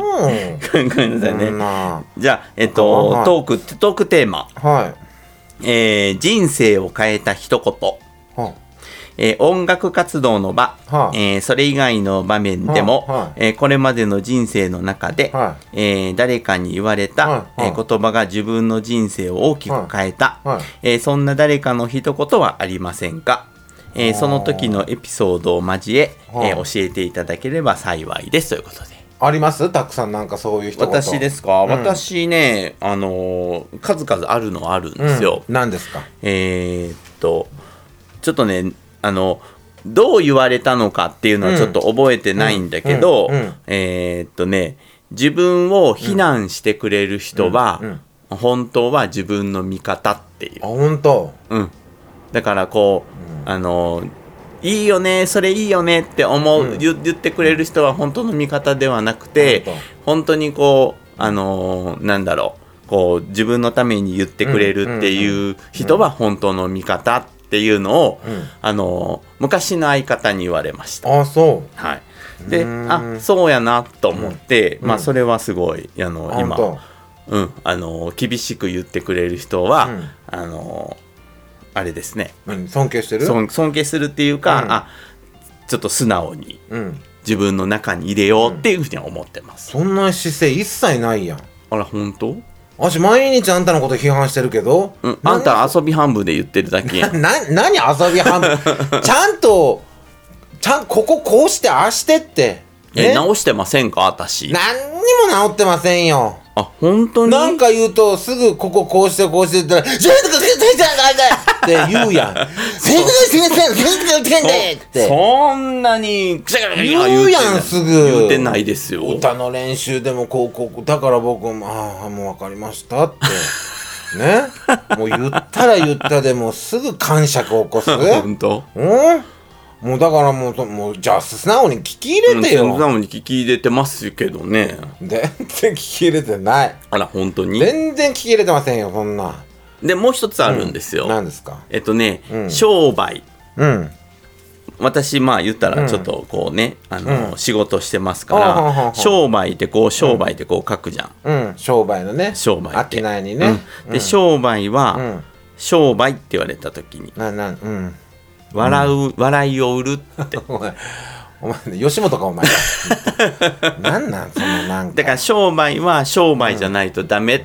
Speaker 1: ごめんなさい
Speaker 2: そ
Speaker 1: ね
Speaker 2: んな
Speaker 1: じゃあえっ
Speaker 2: あは
Speaker 1: とト
Speaker 2: い
Speaker 1: ークトークテーマ
Speaker 2: はい
Speaker 1: えー人生を変えた一言
Speaker 2: は
Speaker 1: えー音楽活動の場、
Speaker 2: はあ
Speaker 1: えーそれ以外の場面でも、
Speaker 2: はあはい
Speaker 1: えーこれまでの人生の中で、
Speaker 2: は
Speaker 1: えー誰かに言われた、
Speaker 2: はいはい
Speaker 1: えー言葉が自分の人生を大きく変えた、
Speaker 2: はいはい
Speaker 1: えーそんな誰かの一言はありませんか、えーその時のエピソードを交え、
Speaker 2: はあ
Speaker 1: えー教えていただければ幸いですということで。
Speaker 2: ありますたくさんなんかそういう人
Speaker 1: 私ですすか、
Speaker 2: ん
Speaker 1: 私ね、あのー数々あるのはあるんですよ。
Speaker 2: 何ですか
Speaker 1: えーっとちょっとねあのどう言われたのかっていうのはちょっと覚えてないんだけど、
Speaker 2: うんうんうん
Speaker 1: えーっとね自分を非難してくれる人は、
Speaker 2: うん
Speaker 1: 本当は自分の味方っていう
Speaker 2: あ、本当
Speaker 1: うん、だからこう、あのいいよねそれいいよねって思う、
Speaker 2: うん
Speaker 1: 言言ってくれる人は本当の味方ではなくて
Speaker 2: 本
Speaker 1: 本当にこうあのーなんだろうこう自分のために言ってくれるっていう人は本当の味方っていうのを、
Speaker 2: うん
Speaker 1: あのー昔の相方に言われました。
Speaker 2: あそう
Speaker 1: はい、で
Speaker 2: うん
Speaker 1: あそうやなと思って、
Speaker 2: ん
Speaker 1: ま
Speaker 2: う
Speaker 1: あ
Speaker 2: ん
Speaker 1: それはすごいあの
Speaker 2: あ
Speaker 1: 今
Speaker 2: 本
Speaker 1: うん、あの厳しく言ってくれる人は、
Speaker 2: うん
Speaker 1: あのあれですね
Speaker 2: 当何尊敬してる
Speaker 1: 尊尊敬するっていうか、
Speaker 2: うん
Speaker 1: あちょっと素直に
Speaker 2: うん
Speaker 1: 自分の中に入れようっていうふうには思ってます、
Speaker 2: そんな姿勢一切ないやん
Speaker 1: あら本当
Speaker 2: あし毎日あんたのこと批判してるけど、
Speaker 1: うん、あんた遊び半分で言ってるだけやん
Speaker 2: な何遊び 半分ちゃんとちゃんこここうしてああしてって
Speaker 1: え
Speaker 2: ね何にも
Speaker 1: 直してませんか私
Speaker 2: 治ってませんよ
Speaker 1: あ本当に
Speaker 2: なんか言うとすぐこここうしてこうしてって言ったら「じゃあ先生先生先生」って言うやん「先生先生先生先生」って
Speaker 1: そんなにくしゃくしゃくしゃ
Speaker 2: 言うやんすぐ
Speaker 1: 言ってないですよ
Speaker 2: 歌の練習でもこうこうだから僕も「ああもう分かりました」ってねもう言ったら言ったでもうすぐ感触を 起こす
Speaker 1: 本当
Speaker 2: うんもうだからもうともうじゃあ素直に聞き入れて
Speaker 1: うん素
Speaker 2: よ、
Speaker 1: 直に聞き入れてますけどね
Speaker 2: 全然聞き入れてない
Speaker 1: あら本当に
Speaker 2: 全然聞き入れてませんよそんな
Speaker 1: でもう一つあるんですよ、
Speaker 2: 何ですか
Speaker 1: えっとね、
Speaker 2: うん
Speaker 1: 商売
Speaker 2: うん
Speaker 1: 私まあ言った
Speaker 2: う
Speaker 1: ら
Speaker 2: ん
Speaker 1: ちょっとこうね、あの
Speaker 2: うん
Speaker 1: 仕事してますか
Speaker 2: あはは
Speaker 1: ら
Speaker 2: は
Speaker 1: 商売ってこう商売ってこう書くじゃん、
Speaker 2: うん商売のね
Speaker 1: 商売って
Speaker 2: 商いにね、
Speaker 1: うんで商売
Speaker 2: う
Speaker 1: は
Speaker 2: ん
Speaker 1: 商売って言われた時に
Speaker 2: ななんうん
Speaker 1: 笑う、笑いを売るって
Speaker 2: お前お前吉本 かお前なんなんそのなん
Speaker 1: だ
Speaker 2: か
Speaker 1: から商売は商売じゃないとダメっ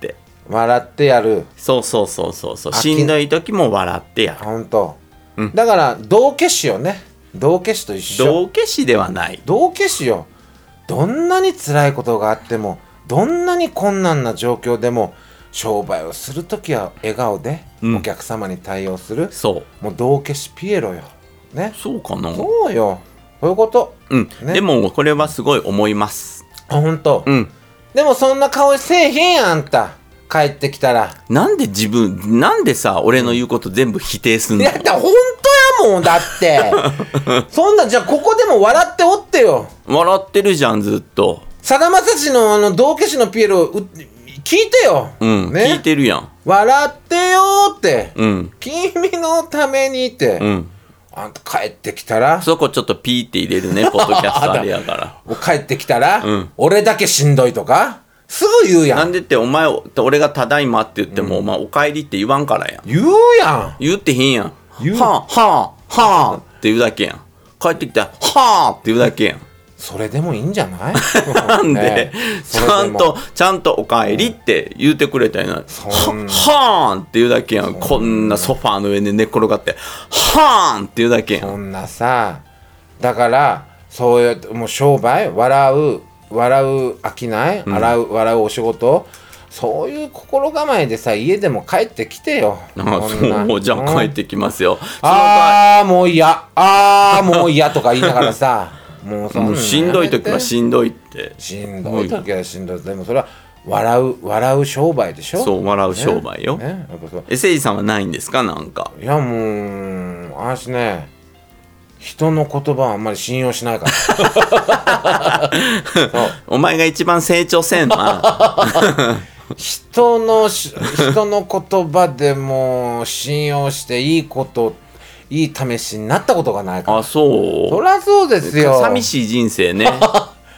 Speaker 1: て、
Speaker 2: 笑ってやる
Speaker 1: そうそうそうそうそう
Speaker 2: 飽き
Speaker 1: しんどい時も笑ってやる
Speaker 2: ほんと、
Speaker 1: うん
Speaker 2: だから道化師よね道化師と一緒
Speaker 1: 道化師ではない
Speaker 2: 道化師よどんなに辛いことがあってもどんなに困難な状況でも商売をするときは笑顔で
Speaker 1: うん
Speaker 2: お客様に対応する、
Speaker 1: そう
Speaker 2: もう道化師ピエロよね
Speaker 1: そうかな
Speaker 2: そうよそういうこと
Speaker 1: うん、
Speaker 2: ね
Speaker 1: でもこれはすごい思います
Speaker 2: あ本当、
Speaker 1: うん
Speaker 2: でもそんな顔せえへんやんあんた帰ってきたら
Speaker 1: なんで自分なんでさ俺の言うこと全部否定すん
Speaker 2: い
Speaker 1: の
Speaker 2: やだ本当やもんだって そんなじゃあここでも笑っておってよ
Speaker 1: 笑ってるじゃんずっと
Speaker 2: さだまさしのあの道化師のピエロう聞いてよ、
Speaker 1: うん、
Speaker 2: ね
Speaker 1: 聞いてるやん
Speaker 2: 笑ってよーって、
Speaker 1: うん
Speaker 2: 君のためにって、
Speaker 1: うん
Speaker 2: あんた帰ってきたら
Speaker 1: そこちょっとピーって入れる ねポッドキャストあれやか
Speaker 2: 帰ってきたら、
Speaker 1: うん
Speaker 2: 俺だけしんどいとかすぐ言う
Speaker 1: ら
Speaker 2: や
Speaker 1: なんんでってお前俺が「ただいま」って言っても、お前「おかえり」って言わんからやん
Speaker 2: 言うや
Speaker 1: 言ってへんやん
Speaker 2: 言う
Speaker 1: はあはあはあって言うだけやん帰ってきたら「はあ」って言うだけや ん
Speaker 2: んそれでもいいんじゃない
Speaker 1: なんで、
Speaker 2: ね
Speaker 1: ち
Speaker 2: それでも
Speaker 1: ゃんと「ちゃんとおかえり」って言うてくれたんやな「
Speaker 2: そんな
Speaker 1: ははーん」って言うだけやんこんなソファーの上で寝転がって「はーん」って言うだけやん
Speaker 2: そんなさだからそうやってもう商売笑う笑う飽きない、笑う笑うお仕事そういう心構えでさ家でも帰ってきてよ
Speaker 1: あ
Speaker 2: そ んな
Speaker 1: そうじゃあ帰ってきますよ、その場合
Speaker 2: ああーもう嫌ああもう嫌とか言いながらさ もうそんな
Speaker 1: もうしんどい時は
Speaker 2: し
Speaker 1: しんどいって
Speaker 2: んどい時はしんどいでもそれは笑う笑う商売でしょ
Speaker 1: そう笑う商売よ、
Speaker 2: ねやっぱそう
Speaker 1: えせいじさんはないんですかなんか
Speaker 2: いやもうあしね人の言葉はあんまり信用しないからそう
Speaker 1: お前が一番成長せんな
Speaker 2: 人のし 人の言葉でも信用していいこといい試しになったことがないから
Speaker 1: あそう
Speaker 2: そりゃそうですよ
Speaker 1: 寂しい人生 ね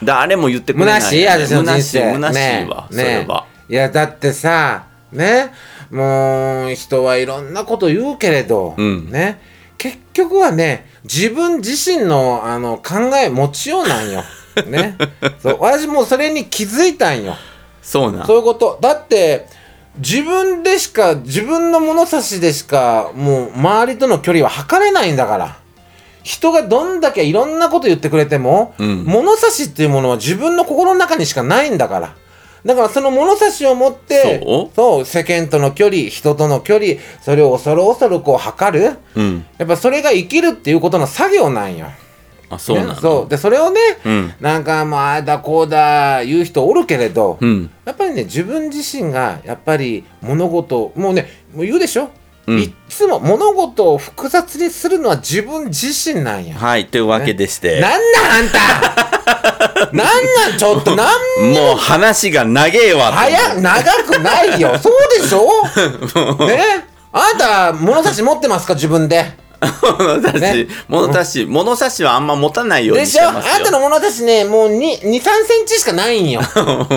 Speaker 1: 誰も言ってくれない、
Speaker 2: 虚しい私の人
Speaker 1: 虚しい
Speaker 2: 生
Speaker 1: 虚しいわ、
Speaker 2: ね
Speaker 1: それ
Speaker 2: ね
Speaker 1: はい
Speaker 2: やだってさねもう人はいろんなこと言うけれど、
Speaker 1: うん
Speaker 2: ね結局はね自分自身のあの考え持ちようなん よ。ね、そう私もうそれに気づいたんよ。
Speaker 1: そうなん
Speaker 2: そういうことだって自分でしか自分の物差しでしかもう周りとの距離は測れないんだから人がどんだけいろんなこと言ってくれても、
Speaker 1: うん
Speaker 2: 物差しっていうものは自分の心の中にしかないんだからだからその物差しを持って
Speaker 1: そう
Speaker 2: そう世間との距離人との距離それを恐る恐るこう測る
Speaker 1: うん
Speaker 2: やっぱそれが生きるっていうことの作業なんよ。
Speaker 1: あそうなん
Speaker 2: ね
Speaker 1: だ
Speaker 2: そうでそれをね、
Speaker 1: うん
Speaker 2: なんかもうああだこうだ言う人おるけれど、
Speaker 1: うん
Speaker 2: やっぱりね自分自身がやっぱり物事をもうねもう言うでしょ、
Speaker 1: うん
Speaker 2: いっつも物事を複雑にするのは自分自身なんや。
Speaker 1: はいというわけでして、
Speaker 2: なんなんあんた なんなんちょっとなん
Speaker 1: もう話が長えわと思う
Speaker 2: 早く長くないよそう でしょねあんた物差し持ってますか自分で
Speaker 1: 物差し、
Speaker 2: ね
Speaker 1: 物差し、物差しはあんま持たないように
Speaker 2: で
Speaker 1: し
Speaker 2: してょあ
Speaker 1: ますよ。
Speaker 2: んたの物差しねもうに23センチしかないん よ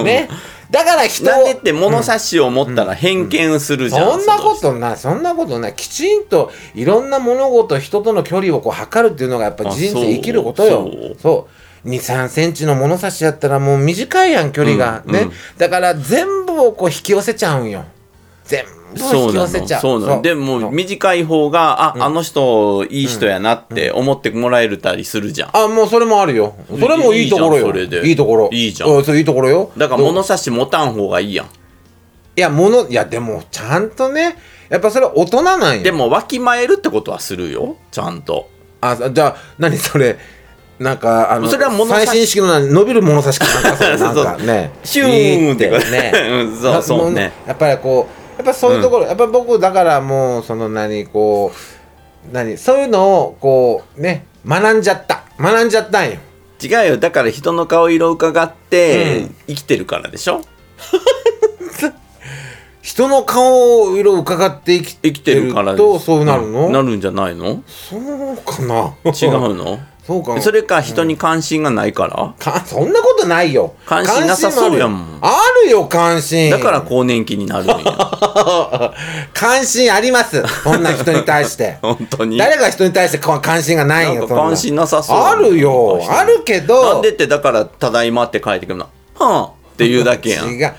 Speaker 2: ねだから人を
Speaker 1: なんでって物差しを持ったら偏見するじゃん。
Speaker 2: そんなことないそんなことないきちんといろんな物事人との距離をこう測るっていうのがやっぱ
Speaker 1: あ
Speaker 2: 人
Speaker 1: そう
Speaker 2: 生生きることよ
Speaker 1: そう
Speaker 2: そう23センチの物差しやったらもう短いやん距離が、
Speaker 1: うんう
Speaker 2: ね
Speaker 1: ん
Speaker 2: だから全部をこう引き寄せちゃうんよ全部を
Speaker 1: そ
Speaker 2: 引
Speaker 1: うな
Speaker 2: き寄
Speaker 1: の。
Speaker 2: せちゃう
Speaker 1: そうなの。で
Speaker 2: そう
Speaker 1: も、短い方が、あ、あの人、いい人やなって思ってもらえたりするじゃん。
Speaker 2: あもうそれもあるよそれもいいところよ
Speaker 1: いいじゃんそれで
Speaker 2: いいところ
Speaker 1: いいじゃん
Speaker 2: うそういいところよ
Speaker 1: だから物差し持たん方がいいやん。
Speaker 2: いや物いやでもちゃんとねやっぱそれは大人なんよ
Speaker 1: でも、わきまえるってことはするよ。ちゃんと。
Speaker 2: あじゃあ何それなんかあの
Speaker 1: それは物差し
Speaker 2: 最新式の何伸びる物差しかなんかそ れ
Speaker 1: そうそう
Speaker 2: なんかね
Speaker 1: シューンって
Speaker 2: いい
Speaker 1: ね
Speaker 2: ね。
Speaker 1: うんそうそうね。
Speaker 2: なもうやっぱりこうやっぱそういうところ、やっぱ僕だからもうその何こう何そういうのをこうね学んじゃった学んじゃったんよ
Speaker 1: 違うよ。だから人の顔色を伺って、
Speaker 2: うん
Speaker 1: 生きてるからでしょ
Speaker 2: 人の顔を色を伺って生き
Speaker 1: 生きてるからで
Speaker 2: とそうなるの、
Speaker 1: んなるんじゃないの
Speaker 2: そうかな
Speaker 1: 違うの
Speaker 2: そうかな
Speaker 1: それか人に関心がないから、
Speaker 2: かそんなことないよ
Speaker 1: 関心なさそうやもん
Speaker 2: 関心あるよあるよ関心
Speaker 1: だから更年期になるんや
Speaker 2: 関心ありますそんな人に対して
Speaker 1: 本当に
Speaker 2: 誰が人に対してこ関心がないん
Speaker 1: な
Speaker 2: よ
Speaker 1: ん
Speaker 2: そ
Speaker 1: か
Speaker 2: んな
Speaker 1: 関心なさそう
Speaker 2: あるよ
Speaker 1: なんか人
Speaker 2: あるけど
Speaker 1: なんでってだから「ただいま」って書いてくるの「はあ」っていうだけやん
Speaker 2: 違う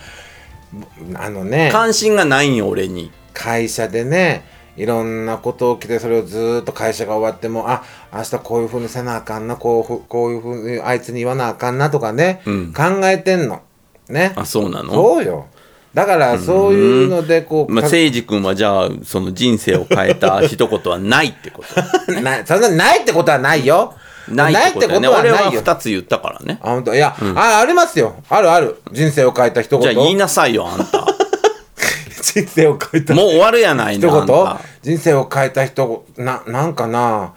Speaker 2: あのね
Speaker 1: 関心がないんよ俺に
Speaker 2: 会社でねいろんなこと起きてそれをずーっと会社が終わってもあ明日こういうふうにせなあかんなこうふこういうふうにあいつに言わなあかんなとかね、
Speaker 1: うん
Speaker 2: 考えてんのね
Speaker 1: あそうなの
Speaker 2: そうよだからそういうのでこう
Speaker 1: まあ、
Speaker 2: か
Speaker 1: 誠治君はじゃあその人生を変えた一言はないってこと
Speaker 2: な そんなないってことはないよ。
Speaker 1: ないってことやね
Speaker 2: は
Speaker 1: 俺
Speaker 2: な
Speaker 1: はい
Speaker 2: よ。
Speaker 1: 2つ言ったからね
Speaker 2: あ本当いや、あありますよ。あるある。人生を変えた一言。
Speaker 1: じゃあ言いなさいよあんた
Speaker 2: 人生を変えた一
Speaker 1: もう終わるやないのあん
Speaker 2: 言
Speaker 1: た。
Speaker 2: 人生を変えた一言ななんかな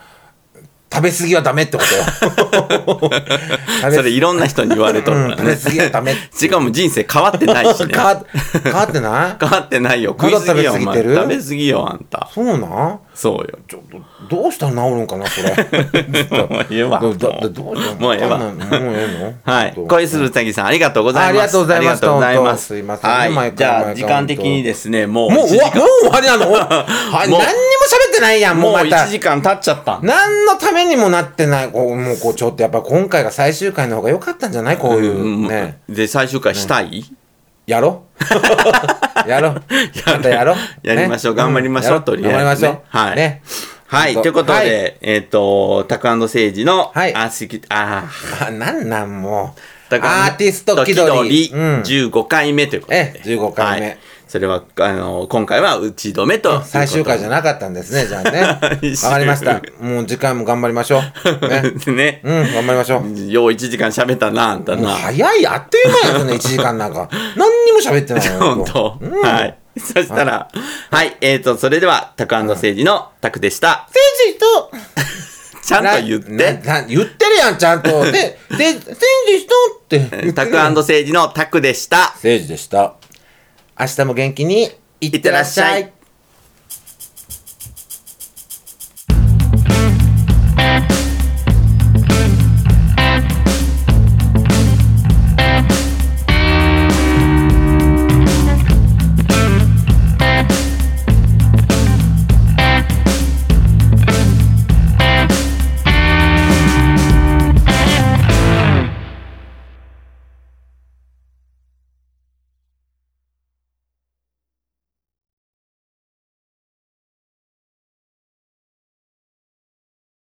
Speaker 2: 食べ過ぎはダメっ てことよ。食べ
Speaker 1: それいろんな人に言われとる
Speaker 2: うん
Speaker 1: から
Speaker 2: 食べ
Speaker 1: ね
Speaker 2: 過ぎはダメ。
Speaker 1: しかも人生変わってないしね
Speaker 2: 変わ変わってない？
Speaker 1: 変わってないよ。
Speaker 2: ま
Speaker 1: 食い
Speaker 2: だ
Speaker 1: すぎよ、お
Speaker 2: 食べ過ぎ
Speaker 1: 前。
Speaker 2: てる
Speaker 1: 食べ過ぎよ、あんた。
Speaker 2: そうなん？
Speaker 1: そうよ。
Speaker 2: ちょっとどうしたら治るんかなこ れ。
Speaker 1: もうええわ。
Speaker 2: どうど
Speaker 1: もう
Speaker 2: どうしたら
Speaker 1: もうええわ
Speaker 2: わかんないもうええの？
Speaker 1: はい。
Speaker 2: ちょっと
Speaker 1: 恋するうさぎさん、ありがとうございます。
Speaker 2: ありがとうございます
Speaker 1: ありがとうございます。
Speaker 2: どうもすいませんね
Speaker 1: は
Speaker 2: 毎
Speaker 1: い。
Speaker 2: 回
Speaker 1: じゃあ、
Speaker 2: 毎回
Speaker 1: 時間的にですね、もう、
Speaker 2: もう
Speaker 1: 1時
Speaker 2: 終わ
Speaker 1: 間
Speaker 2: もう終わりなのはい、何にも
Speaker 1: もう
Speaker 2: 喋ってないやん、もう
Speaker 1: もう
Speaker 2: また
Speaker 1: 1。時間経っちゃった。
Speaker 2: 何のためにもなってない。こうもうこうちょっとやっぱ今回が最終回の方が良かったんじゃないこういうう。
Speaker 1: ん
Speaker 2: ね。
Speaker 1: で、最終回したい
Speaker 2: やろやろまたやろ
Speaker 1: やりましょう頑張りましょうとりあえずね
Speaker 2: 頑張りましょう。
Speaker 1: はい
Speaker 2: ね。
Speaker 1: はい。
Speaker 2: そう
Speaker 1: ということ
Speaker 2: はい
Speaker 1: で、えっと、タク誠治の、
Speaker 2: はい
Speaker 1: あ、好き、あー、
Speaker 2: あ、なんなんもう。
Speaker 1: だから
Speaker 2: アーティスト気取り。うん
Speaker 1: 15回目ということで
Speaker 2: ええ15回目
Speaker 1: はいそれはあの今回は打ち止めと
Speaker 2: 最終回じゃ
Speaker 1: ない
Speaker 2: なかったんですね、じゃあね。わかり
Speaker 1: 最終
Speaker 2: ました。もう時間も頑張りましょう。ね。
Speaker 1: う ね
Speaker 2: うん、頑張りましょう。
Speaker 1: よう1時間喋ったなあんた
Speaker 2: もう
Speaker 1: な
Speaker 2: 早いあっという間 やそね1時間なんか何にも喋ってないよ
Speaker 1: 本当
Speaker 2: うん
Speaker 1: はい そしたらはいえっとそれではタク誠治のタクでした
Speaker 2: 天使と
Speaker 1: ちゃんと言って
Speaker 2: なな言ってるやんちゃ んとでで天使とって言って
Speaker 1: タ
Speaker 2: る
Speaker 1: ク
Speaker 2: やん
Speaker 1: 誠治のタクでした
Speaker 2: 政治でした明日も元気にいってらっしゃい